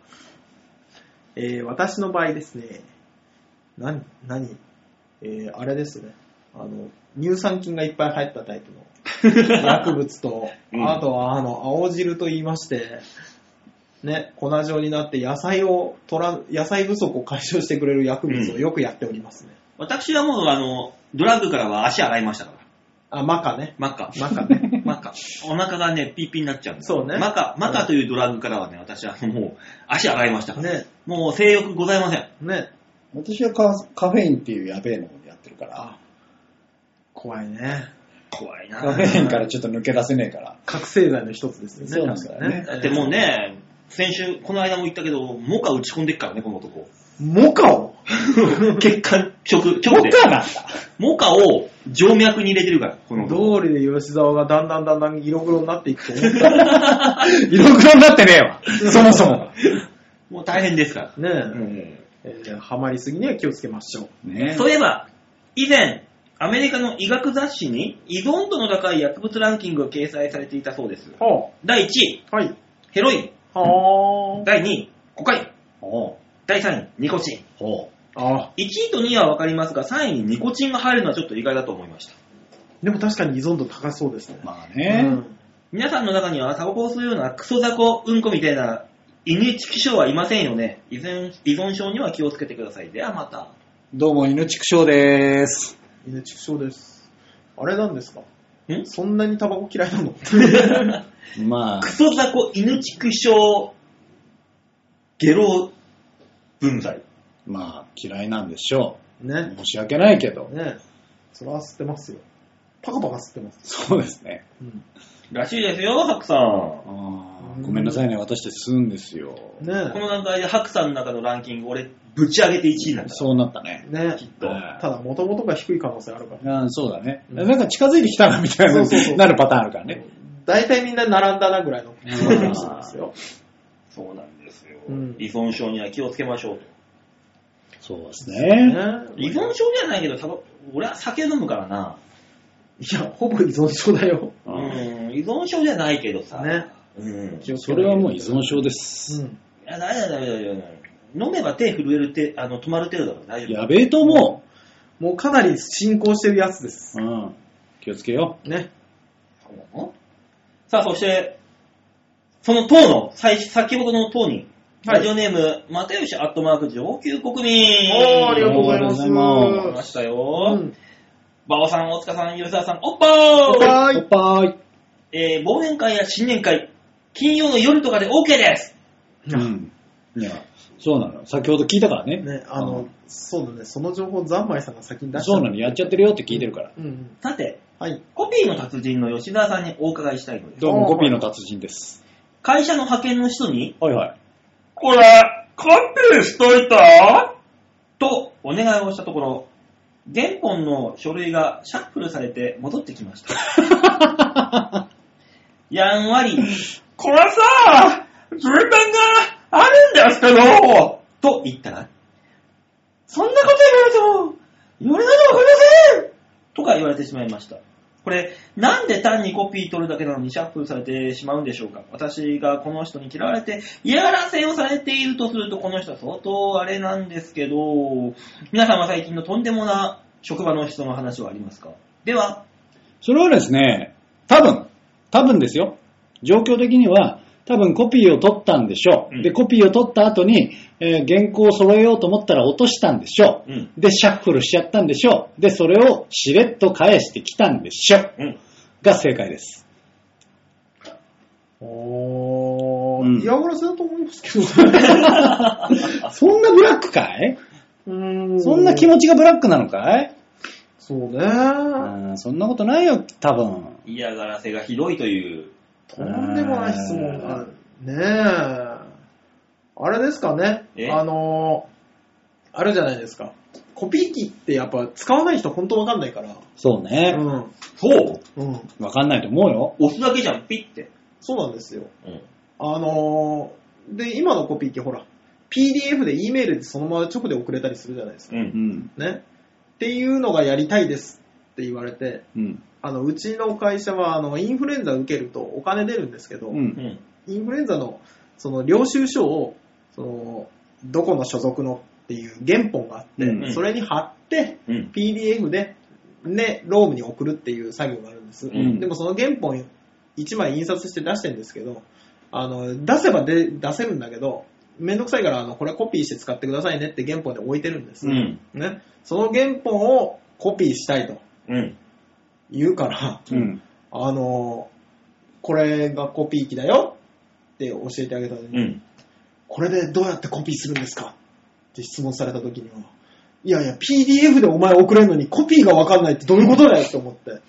[SPEAKER 3] えー私の場合ですね、何、何、えーあれですね、あの、乳酸菌がいっぱい入ったタイプ の薬物と、
[SPEAKER 2] うん
[SPEAKER 3] あとはあの、青汁と言いまして、ね、粉状になって野菜を取ら、野菜不足を解消してくれる薬物をよくやっておりますね。
[SPEAKER 2] 私はもう、あの、ドラッグからは足洗いましたから。
[SPEAKER 3] あ、マカね。
[SPEAKER 2] マカ。
[SPEAKER 3] マ カね。
[SPEAKER 2] マカ。お腹がね、ピーピーになっちゃうんだ
[SPEAKER 3] そうね
[SPEAKER 2] マカ、マカというドラッグからはね、私はもう、足洗いましたから。
[SPEAKER 3] ね、
[SPEAKER 2] もう性欲ございません。
[SPEAKER 3] ね、
[SPEAKER 4] 私はカカフェインっていうやべえのをやってるから、
[SPEAKER 3] あ、怖いね。
[SPEAKER 2] 怖いな
[SPEAKER 4] カフェインからちょっと抜け出せねえから。
[SPEAKER 3] 覚醒剤の一つですよね。
[SPEAKER 4] そうなんだよね
[SPEAKER 2] だってもう。ね、先週、この間も言ったけど、モカ打ち込んでっからね、この男。
[SPEAKER 3] モカを
[SPEAKER 2] 血管、直、
[SPEAKER 4] ど
[SPEAKER 2] 直
[SPEAKER 4] っ
[SPEAKER 2] で。
[SPEAKER 4] からなんだ
[SPEAKER 2] モカを静脈に入れてるから、この男。
[SPEAKER 3] 道理で吉沢がだんだんだんだん色黒になっていくと思ったら
[SPEAKER 4] 色黒になってねえわ。そもそも。
[SPEAKER 2] もう大変ですから。
[SPEAKER 3] ねえ、
[SPEAKER 2] うん
[SPEAKER 3] えーハマりすぎには気をつけましょう。
[SPEAKER 4] ね
[SPEAKER 2] そういえば、以前、アメリカの医学雑誌に依存度の高い薬物ランキングが掲載されていたそうです。
[SPEAKER 3] は
[SPEAKER 2] 第1位、
[SPEAKER 3] あ、はい。
[SPEAKER 2] ヘロイ
[SPEAKER 3] は
[SPEAKER 2] ン。第2位、コカイン。
[SPEAKER 4] おう
[SPEAKER 2] 第3位、ニコチン。
[SPEAKER 4] おう
[SPEAKER 3] あ。あ
[SPEAKER 2] 1位と2位はわかりますが、3位にニコチンが入るのはちょっと意外だと思いました。
[SPEAKER 3] でも確かに依存度高そうですね。
[SPEAKER 4] まあね。
[SPEAKER 3] うん
[SPEAKER 2] 皆さんの中にはタバコを吸うようなクソ雑魚うんこみたいな犬チキ症はいませんよね依存。依存症には気をつけてください。ではまた。
[SPEAKER 4] どうも、犬畜生でーす。
[SPEAKER 3] 犬畜生です。あれなんですか
[SPEAKER 2] ん
[SPEAKER 3] そんなにタバコ嫌いなの
[SPEAKER 4] ま あ
[SPEAKER 2] ク、ソ雑魚犬チキ症ゲロ分剤。
[SPEAKER 4] まあ、嫌いなんでしょう。
[SPEAKER 3] ね。
[SPEAKER 4] 申し訳ないけど。
[SPEAKER 3] ねえ。それは吸ってますよ。パカパカ吸ってます。
[SPEAKER 4] そうですね。
[SPEAKER 3] うん、
[SPEAKER 2] らしいですよ、ハクさん。
[SPEAKER 4] あーごめんなさいね、私たち吸うんですよ。
[SPEAKER 2] こ
[SPEAKER 3] ね
[SPEAKER 2] の段階でハクさんの中のランキング、俺、ぶち上げて1位なんだから。
[SPEAKER 4] そうなったね
[SPEAKER 3] え。。ね
[SPEAKER 2] きっ
[SPEAKER 3] え。
[SPEAKER 2] と。
[SPEAKER 4] はい
[SPEAKER 3] ただ、もともとが低い可能性あるから。
[SPEAKER 4] あーそうだね。
[SPEAKER 3] うん
[SPEAKER 4] なんか近づいてきたなみたいな
[SPEAKER 3] そうそうそう
[SPEAKER 4] なるパターンあるからね。
[SPEAKER 3] 大体みんな並んだなぐらいの可能性ですよ。
[SPEAKER 2] そうなんですよ、
[SPEAKER 3] うん
[SPEAKER 2] 依存症には気をつけましょうと。
[SPEAKER 4] そうです
[SPEAKER 3] ね
[SPEAKER 4] ね。
[SPEAKER 3] え
[SPEAKER 2] 依存症じゃないけど、タバ俺は酒飲むからな。
[SPEAKER 3] いや、ほぼ依存症だ よ。
[SPEAKER 2] う
[SPEAKER 4] あー
[SPEAKER 2] ん、依存症じゃないけどさ。
[SPEAKER 3] ね。
[SPEAKER 2] うん。い
[SPEAKER 3] 気をつけ
[SPEAKER 4] そ
[SPEAKER 3] なき
[SPEAKER 4] れ
[SPEAKER 3] ゃいけない
[SPEAKER 4] はもう依存症です。
[SPEAKER 2] や、大丈夫、大丈夫、大丈夫。飲めば手震える手、あの、止まる程度だから大丈夫。
[SPEAKER 4] やべえと思
[SPEAKER 3] うん。もうかなり進行してるやつです。
[SPEAKER 4] う。うん。気をつけよ
[SPEAKER 3] ね。
[SPEAKER 2] そうなのさあ、そして、その塔の、最先ほどの塔に、
[SPEAKER 3] はい
[SPEAKER 2] ラジオネーム、又吉アットマーク上級国民。
[SPEAKER 3] おー、ありがとうござい
[SPEAKER 4] ありがとうござい
[SPEAKER 2] 来
[SPEAKER 3] ま。
[SPEAKER 2] ますした
[SPEAKER 3] う
[SPEAKER 2] よ。
[SPEAKER 3] ん。
[SPEAKER 2] 馬尾さん、大塚さん、吉沢さん、おっぱー
[SPEAKER 3] は
[SPEAKER 4] お
[SPEAKER 3] い
[SPEAKER 4] っ。ぱーい。
[SPEAKER 2] えー、忘年会や新年会、金曜の夜とかで OK です。
[SPEAKER 4] うん。いや、そうなの。先ほど聞いたからね。
[SPEAKER 3] ね、あの、そうだね、その情報、ざんまいさんが先に出した。
[SPEAKER 4] そうなの。やっちゃってるよって聞いてるから。
[SPEAKER 3] うんうん。
[SPEAKER 2] さて、
[SPEAKER 3] はい。
[SPEAKER 2] コピーの達人の吉沢さんにお伺いしたいのです。
[SPEAKER 4] どうもコピーの達人です。
[SPEAKER 2] 会社の派遣の人に、
[SPEAKER 4] はいはい。
[SPEAKER 2] これ、コピーしといたとお願いをしたところ、原本の書類がシャッフルされて戻ってきました。 やんわり、これさ、順番があるんですけど、と言ったら、そんなこと言われても、言われないとわかりませんとか言われてしまいました。これ、なんで単にコピー取るだけなのにシャッフルされてしまうんでしょうか私がこの人に嫌われて嫌がらせをされているとすると、この人は相当あれなんですけど、皆さんは最近のとんでもな職場の人の話はありますかでは、
[SPEAKER 4] それはですね、多分、多分ですよ。状況的には、多分コピーを取ったんでしょう。
[SPEAKER 2] うん
[SPEAKER 4] で、コピーを取った後に、えー原稿を揃えようと思ったら落としたんでしょう。
[SPEAKER 2] うん
[SPEAKER 4] で、シャッフルしちゃったんでしょう。で、それをしれっと返してきたんでしょう。
[SPEAKER 2] うん。
[SPEAKER 4] が正解です。
[SPEAKER 3] お
[SPEAKER 4] うん
[SPEAKER 3] ー、嫌がらせだと思いますけ ど。
[SPEAKER 4] そんなブラックかいう
[SPEAKER 3] ーん
[SPEAKER 4] そんな気持ちがブラックなのかい
[SPEAKER 3] そうね。
[SPEAKER 4] うんそんなことないよ、多分。
[SPEAKER 2] 嫌がらせがひどいという。
[SPEAKER 3] とんでもない質問が。ねえ。あれですかね
[SPEAKER 2] え。
[SPEAKER 3] あのー、あれじゃないですか。コピー機ってやっぱ使わない人本当わかんないから。
[SPEAKER 4] そうね
[SPEAKER 3] う。ん。
[SPEAKER 2] そう
[SPEAKER 3] うん。
[SPEAKER 4] わかんないと思うよ。
[SPEAKER 2] 押すだけじゃん、ピッて。
[SPEAKER 3] そうなんですよ。
[SPEAKER 2] うん。
[SPEAKER 3] あのー、で、今のコピー機ほら、PDF で E メールでそのまま直で送れたりするじゃないですか。
[SPEAKER 2] うん。
[SPEAKER 3] ね。っていうのがやりたいですって言われて、
[SPEAKER 4] うん。
[SPEAKER 3] あの、うちの会社は、あの、インフルエンザ受けるとお金出るんですけど、
[SPEAKER 4] う。
[SPEAKER 2] うんん。
[SPEAKER 3] インフルエンザの、その、領収書を、その、どこの所属のっていう原本があって、
[SPEAKER 4] うん
[SPEAKER 3] それに貼って、
[SPEAKER 2] うん。
[SPEAKER 3] PDF で、ね、ロームに送るっていう作業があるんです。
[SPEAKER 2] うん
[SPEAKER 3] でもその原本1枚印刷して出してるんですけど、あの、出せばで出せるんだけど、めんどくさいから、あの、これコピーして使ってくださいねって原本で置いてるんです。
[SPEAKER 2] うん。
[SPEAKER 3] ね。その原本をコピーしたいと
[SPEAKER 2] うん。
[SPEAKER 3] 言うから、
[SPEAKER 4] うん。
[SPEAKER 3] あのこれがコピー機だよって教えてあげた時に、
[SPEAKER 2] うん。
[SPEAKER 3] これでどうやってコピーするんですかって質問された時には、いやいや、PDF でお前送れるのにコピーがわかんないってどういうことだよって思って、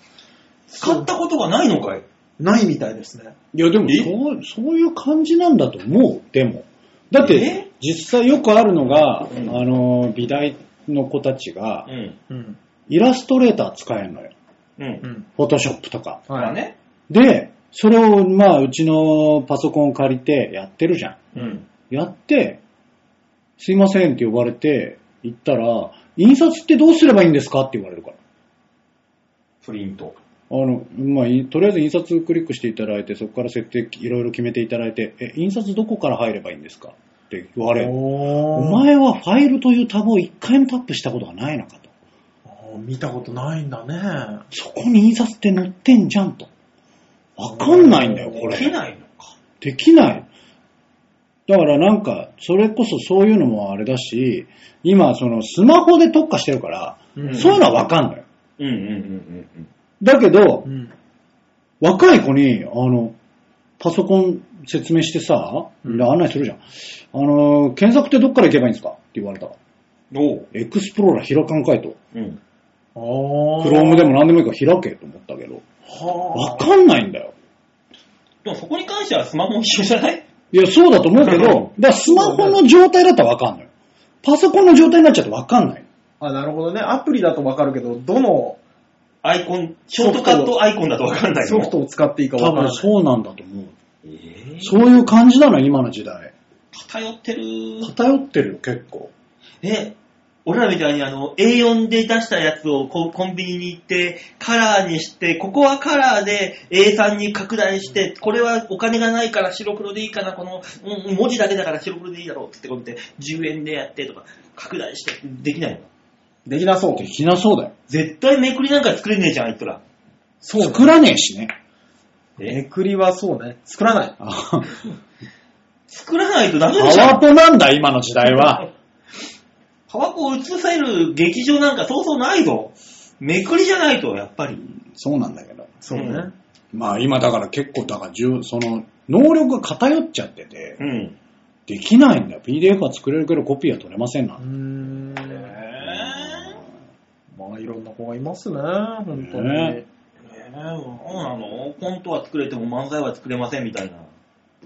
[SPEAKER 2] 使ったことがないのかい
[SPEAKER 3] ないみたいですね。
[SPEAKER 4] いや、でも
[SPEAKER 2] え
[SPEAKER 4] そう、そういう感じなんだと思う、でも。だって
[SPEAKER 2] え、
[SPEAKER 4] 実際よくあるのが、
[SPEAKER 2] うん
[SPEAKER 4] あの、美大の子たちが、
[SPEAKER 2] ん。
[SPEAKER 3] うん。
[SPEAKER 4] イラストレーター使えるのよ。
[SPEAKER 2] うん。
[SPEAKER 3] ん。
[SPEAKER 4] フォトショップとか。
[SPEAKER 2] まあ。ね。
[SPEAKER 4] で、それを、まあ、うちのパソコン借りてやってるじゃん。
[SPEAKER 2] うん。
[SPEAKER 4] やって、すいませんって呼ばれて、行ったら、印刷ってどうすればいいんですかって言われるから。
[SPEAKER 2] プリント。
[SPEAKER 4] あの、まあ、いとりあえず印刷クリックしていただいて、そこから設定いろいろ決めていただいて、え、印刷どこから入ればいいんですかって言われる。
[SPEAKER 3] お
[SPEAKER 4] お前はファイルというタブを一回もタップしたことがないのかと。
[SPEAKER 3] 見たことないんだね。
[SPEAKER 4] そこに印刷って載ってんじゃんと。わかんないんだよ、こ
[SPEAKER 2] で
[SPEAKER 4] れ。
[SPEAKER 2] きないのか。
[SPEAKER 4] できない。だからなんか、それこそそういうのもあれだし、今、そのスマホで特化してるから、
[SPEAKER 3] うん
[SPEAKER 4] そういうのはわかんない。
[SPEAKER 2] うんうんうんうん。
[SPEAKER 4] だけど
[SPEAKER 3] う、ん。
[SPEAKER 4] 若い子に、あの、パソコン説明してさ、
[SPEAKER 3] うん
[SPEAKER 4] 案内するじゃん。あの、検索ってどっから行けばいいんですかって言われたら。
[SPEAKER 2] おう。
[SPEAKER 4] エクスプローラー開かんかいと。
[SPEAKER 2] うん。
[SPEAKER 3] お
[SPEAKER 4] クロームでも何でもいいから開けと思ったけど。わ
[SPEAKER 3] は
[SPEAKER 4] かんないんだよ。
[SPEAKER 2] でもそこに関してはスマホも一緒じゃない
[SPEAKER 4] いや、そうだと思うけど、だからスマホの状態だったらわかんない。パソコンの状態になっちゃうとわかんない。
[SPEAKER 3] あ、なるほどね。アプリだとわかるけど、どの
[SPEAKER 2] アイコン、ショートカットアイコンだとわかんないの
[SPEAKER 3] ソフトを使っていいかわ
[SPEAKER 4] 多
[SPEAKER 3] からな
[SPEAKER 4] 分
[SPEAKER 3] い。
[SPEAKER 4] そうなんだと思う。
[SPEAKER 2] えー、
[SPEAKER 4] そういう感じなの、今の時代。
[SPEAKER 2] 偏ってる。
[SPEAKER 4] 偏ってるよ、結構。
[SPEAKER 2] え、俺らみたいにあの、A4 で出したやつをこうコンビニに行って、カラーにして、ここはカラーで A3 に拡大して、これはお金がないから白黒でいいかな、この、うん文字だけだから白黒でいいだろうってことで、10円でやってとか、拡大して、できないの
[SPEAKER 3] できなそう
[SPEAKER 4] で。きなそうだよ。
[SPEAKER 2] 絶対めくりなんか作れねえじゃん、あいつら。
[SPEAKER 3] そうだね
[SPEAKER 4] 作らねえしね。
[SPEAKER 3] めくりはそうね。作らない。
[SPEAKER 4] あ
[SPEAKER 2] 作らないとダメ
[SPEAKER 4] パ
[SPEAKER 2] でし
[SPEAKER 4] ワ
[SPEAKER 2] ょ。
[SPEAKER 4] ポなんだ、今の時代は。
[SPEAKER 2] タバコを移せる劇場なんかそうそうないぞ。めくりじゃないと、やっぱり。
[SPEAKER 4] そうなんだけど。
[SPEAKER 3] そうね。
[SPEAKER 4] まあ今だから結構、だから重、その、能力が偏っちゃってて、
[SPEAKER 2] うん。
[SPEAKER 4] できないんだよ。PDF は作れるけどコピーは取れませんな
[SPEAKER 3] うー。ん。
[SPEAKER 2] え
[SPEAKER 3] まあ、いろんな子がいますね、本当に。
[SPEAKER 4] ね
[SPEAKER 2] ー、えー、そうなのコントは作れても漫才は作れませんみたいな。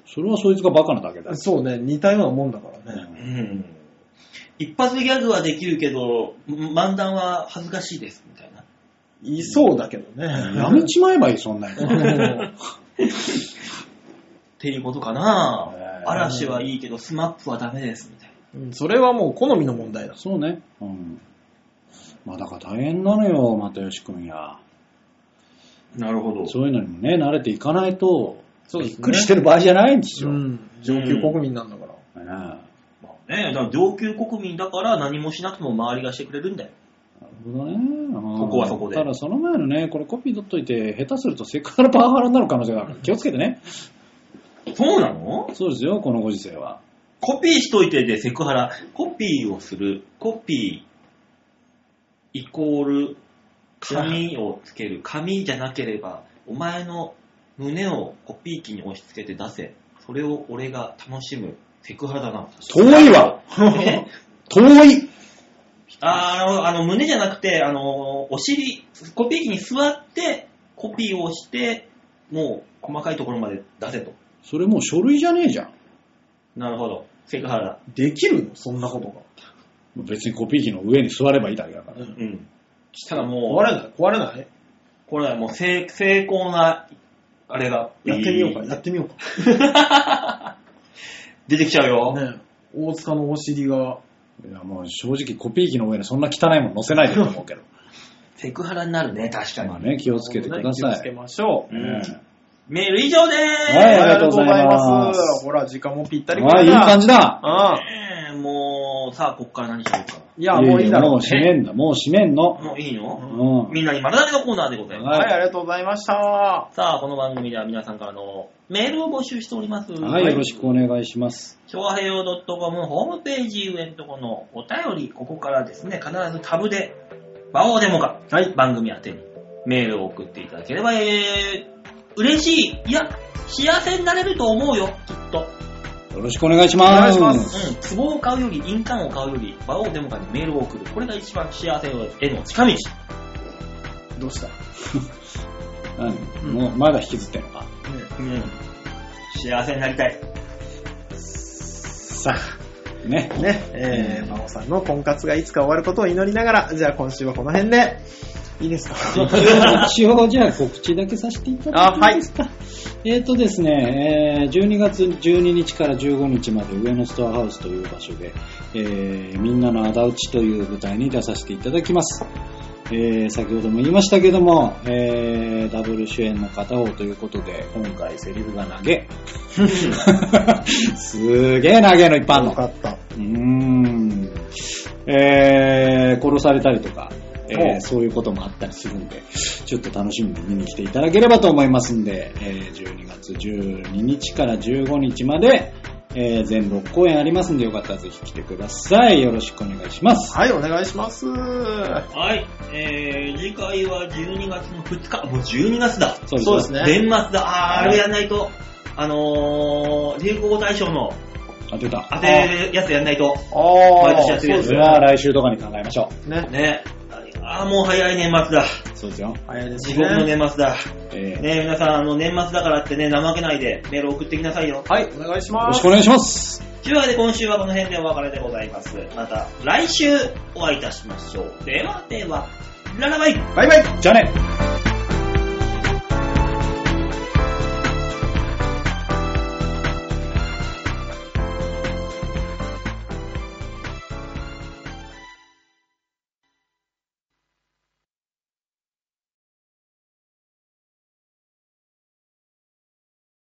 [SPEAKER 4] それはそいつがバカなだけだ。
[SPEAKER 3] そうね、似たようなもんだからね。
[SPEAKER 2] うん。一発ギャグはできるけど、漫談は恥ずかしいです、みたいな。
[SPEAKER 3] いそうだけどね。
[SPEAKER 4] やめちまえばいい、そんなやつ。
[SPEAKER 2] っていうことかな
[SPEAKER 4] えー
[SPEAKER 2] 嵐はいいけど、スマップはダメです、みたい
[SPEAKER 3] うんそれはもう好みの問題だ。
[SPEAKER 4] そうね。うん。まあだから大変なのよ、又吉君や。
[SPEAKER 2] な。なるほど
[SPEAKER 4] そういうのにもね、慣れていかないと、
[SPEAKER 3] そうです
[SPEAKER 4] びっくりしてる場合じゃないんですよ。
[SPEAKER 3] うん。上級国民なんだから。
[SPEAKER 4] ねな
[SPEAKER 2] まあね、だから上級国民だから何もしなくても周りがしてくれるんだよ。
[SPEAKER 4] るほどね。
[SPEAKER 2] そこはそこで
[SPEAKER 4] ただその前のね、これコピー取っといて、下手するとせっかくのパワハラになる可能性があるから気をつけてね。
[SPEAKER 2] そうなの
[SPEAKER 4] そうですよ、このご時世は。
[SPEAKER 2] コピーしといてでセクハラ。コピーをする。コピーイコール紙をつける。紙じゃなければ、お前の胸をコピー機に押し付けて出せ。それを俺が楽しむ。セクハラだな。
[SPEAKER 4] 遠いわ
[SPEAKER 2] え
[SPEAKER 4] 遠い
[SPEAKER 2] あーあの、あの、胸じゃなくて、あの、お尻、コピー機に座って、コピーをして、もう、細かいところまで出せと。
[SPEAKER 4] それもう書類じゃねえじゃん。
[SPEAKER 2] なるほど。セクハラ。
[SPEAKER 3] できるのそんなことが。
[SPEAKER 4] 別にコピー機の上に座ればいいだけだから。
[SPEAKER 2] うん。したらも、
[SPEAKER 3] 壊れない壊れないう
[SPEAKER 2] これはもう成、成功な、あれが。
[SPEAKER 3] やってみようか、やってみようか。
[SPEAKER 2] 出てきちゃうよ。
[SPEAKER 3] ねえ大塚のお尻が、
[SPEAKER 4] いやもう正直コピー機の上にそんな汚いもの載せないでと思うけど。
[SPEAKER 2] セクハラになるね、確かに。
[SPEAKER 4] まあね、気をつけてくだ
[SPEAKER 3] 気を
[SPEAKER 4] さ
[SPEAKER 3] つけ
[SPEAKER 4] い。
[SPEAKER 3] ましょう。
[SPEAKER 2] うん
[SPEAKER 4] ね
[SPEAKER 2] メール以上でーす、
[SPEAKER 4] はいありがとうございます
[SPEAKER 3] ありがとうございまほら、時間もぴったり
[SPEAKER 4] ああ、いい感じだ。
[SPEAKER 3] ああ。
[SPEAKER 2] ねえもう、さあ、こっから何しよう
[SPEAKER 3] いや、もういいだ
[SPEAKER 4] も
[SPEAKER 3] ろ
[SPEAKER 4] う
[SPEAKER 3] う。
[SPEAKER 4] 閉めんだ、もう閉めんの
[SPEAKER 2] か。。もういいの、
[SPEAKER 4] うん。
[SPEAKER 2] みんなに丸投げのコーナーでございます。
[SPEAKER 3] はい、ありがとうございました。
[SPEAKER 2] さあ、この番組では皆さんからのメールを募集しております。
[SPEAKER 4] はい、よろしくお願いします。
[SPEAKER 2] 昭和平洋 .com ホームページ上のところのお便り、ここからですね、必ずタブで、魔王デモか、はい、番組宛てにメールを送っていただければ、えー、嬉しい、いや、幸せになれると思うよ、きっと。
[SPEAKER 4] よろしくお願いします。
[SPEAKER 3] お願いしま
[SPEAKER 2] うん、壺を買うより、印鑑を買うより、魔王デモかにメールを送る。これが一番幸せへの近道。
[SPEAKER 3] どうしたね
[SPEAKER 4] うん
[SPEAKER 3] うん
[SPEAKER 4] もうまだ引きずってんのか。
[SPEAKER 2] うん。幸せになりたい。
[SPEAKER 4] さ あ、ね。
[SPEAKER 3] え、ねえー、馬王さんの婚活がいつか終わることを祈りながら、じゃあ今週はこの辺で、いいですか
[SPEAKER 4] 一応、じゃあ告知だけさせていただいていいですか。えっ、とですね、えー12月12日から15日まで上野ストアハウスという場所で、えーみんなのあだ討ちという舞台に出させていただきます。えー先ほども言いましたけども、えーダブル主演の片方ということで、今回セリフが投げ。 すげえ投げのいっぱいあんの
[SPEAKER 3] よ。かった。
[SPEAKER 4] うーん、えー、殺されたりとか、え
[SPEAKER 3] お
[SPEAKER 4] ー、
[SPEAKER 3] う
[SPEAKER 4] そういうこともあったりするんで、ちょっと楽しみに見に来ていただければと思いますんで、えー、12月12日から15日まで、えー、全6公演ありますんで、よかったらぜひ来てください。よろしくお願いします。
[SPEAKER 3] はい、お願いします。は
[SPEAKER 2] はい、えー、次回は12月の2日、もう12月だ。
[SPEAKER 4] そ
[SPEAKER 3] そうですね
[SPEAKER 2] 年末だ。あー、あれやんないと、あのー、流行語大賞の
[SPEAKER 4] あ、出た。
[SPEAKER 2] 当てやつやんないと。
[SPEAKER 3] あ
[SPEAKER 2] 毎年やってるやつ
[SPEAKER 4] それは来週とかに考えましょう。
[SPEAKER 3] ね。
[SPEAKER 2] ね。あー、もう早い年末だ。
[SPEAKER 4] そうですよ。
[SPEAKER 3] 早いです
[SPEAKER 2] 地
[SPEAKER 3] ね。
[SPEAKER 2] 獄の年末だ。
[SPEAKER 4] えー、よ
[SPEAKER 2] ね、皆さん、あの、年末だからってね、怠けないでメール送ってきなさいよ。
[SPEAKER 3] はい、お願いしま
[SPEAKER 4] ろし
[SPEAKER 3] す
[SPEAKER 4] く。お願いします。
[SPEAKER 2] というわけで今週はこの辺でお別れでございます。また来週お会いいたしましょう。ではでは、ララバイ
[SPEAKER 4] バイバイじゃあね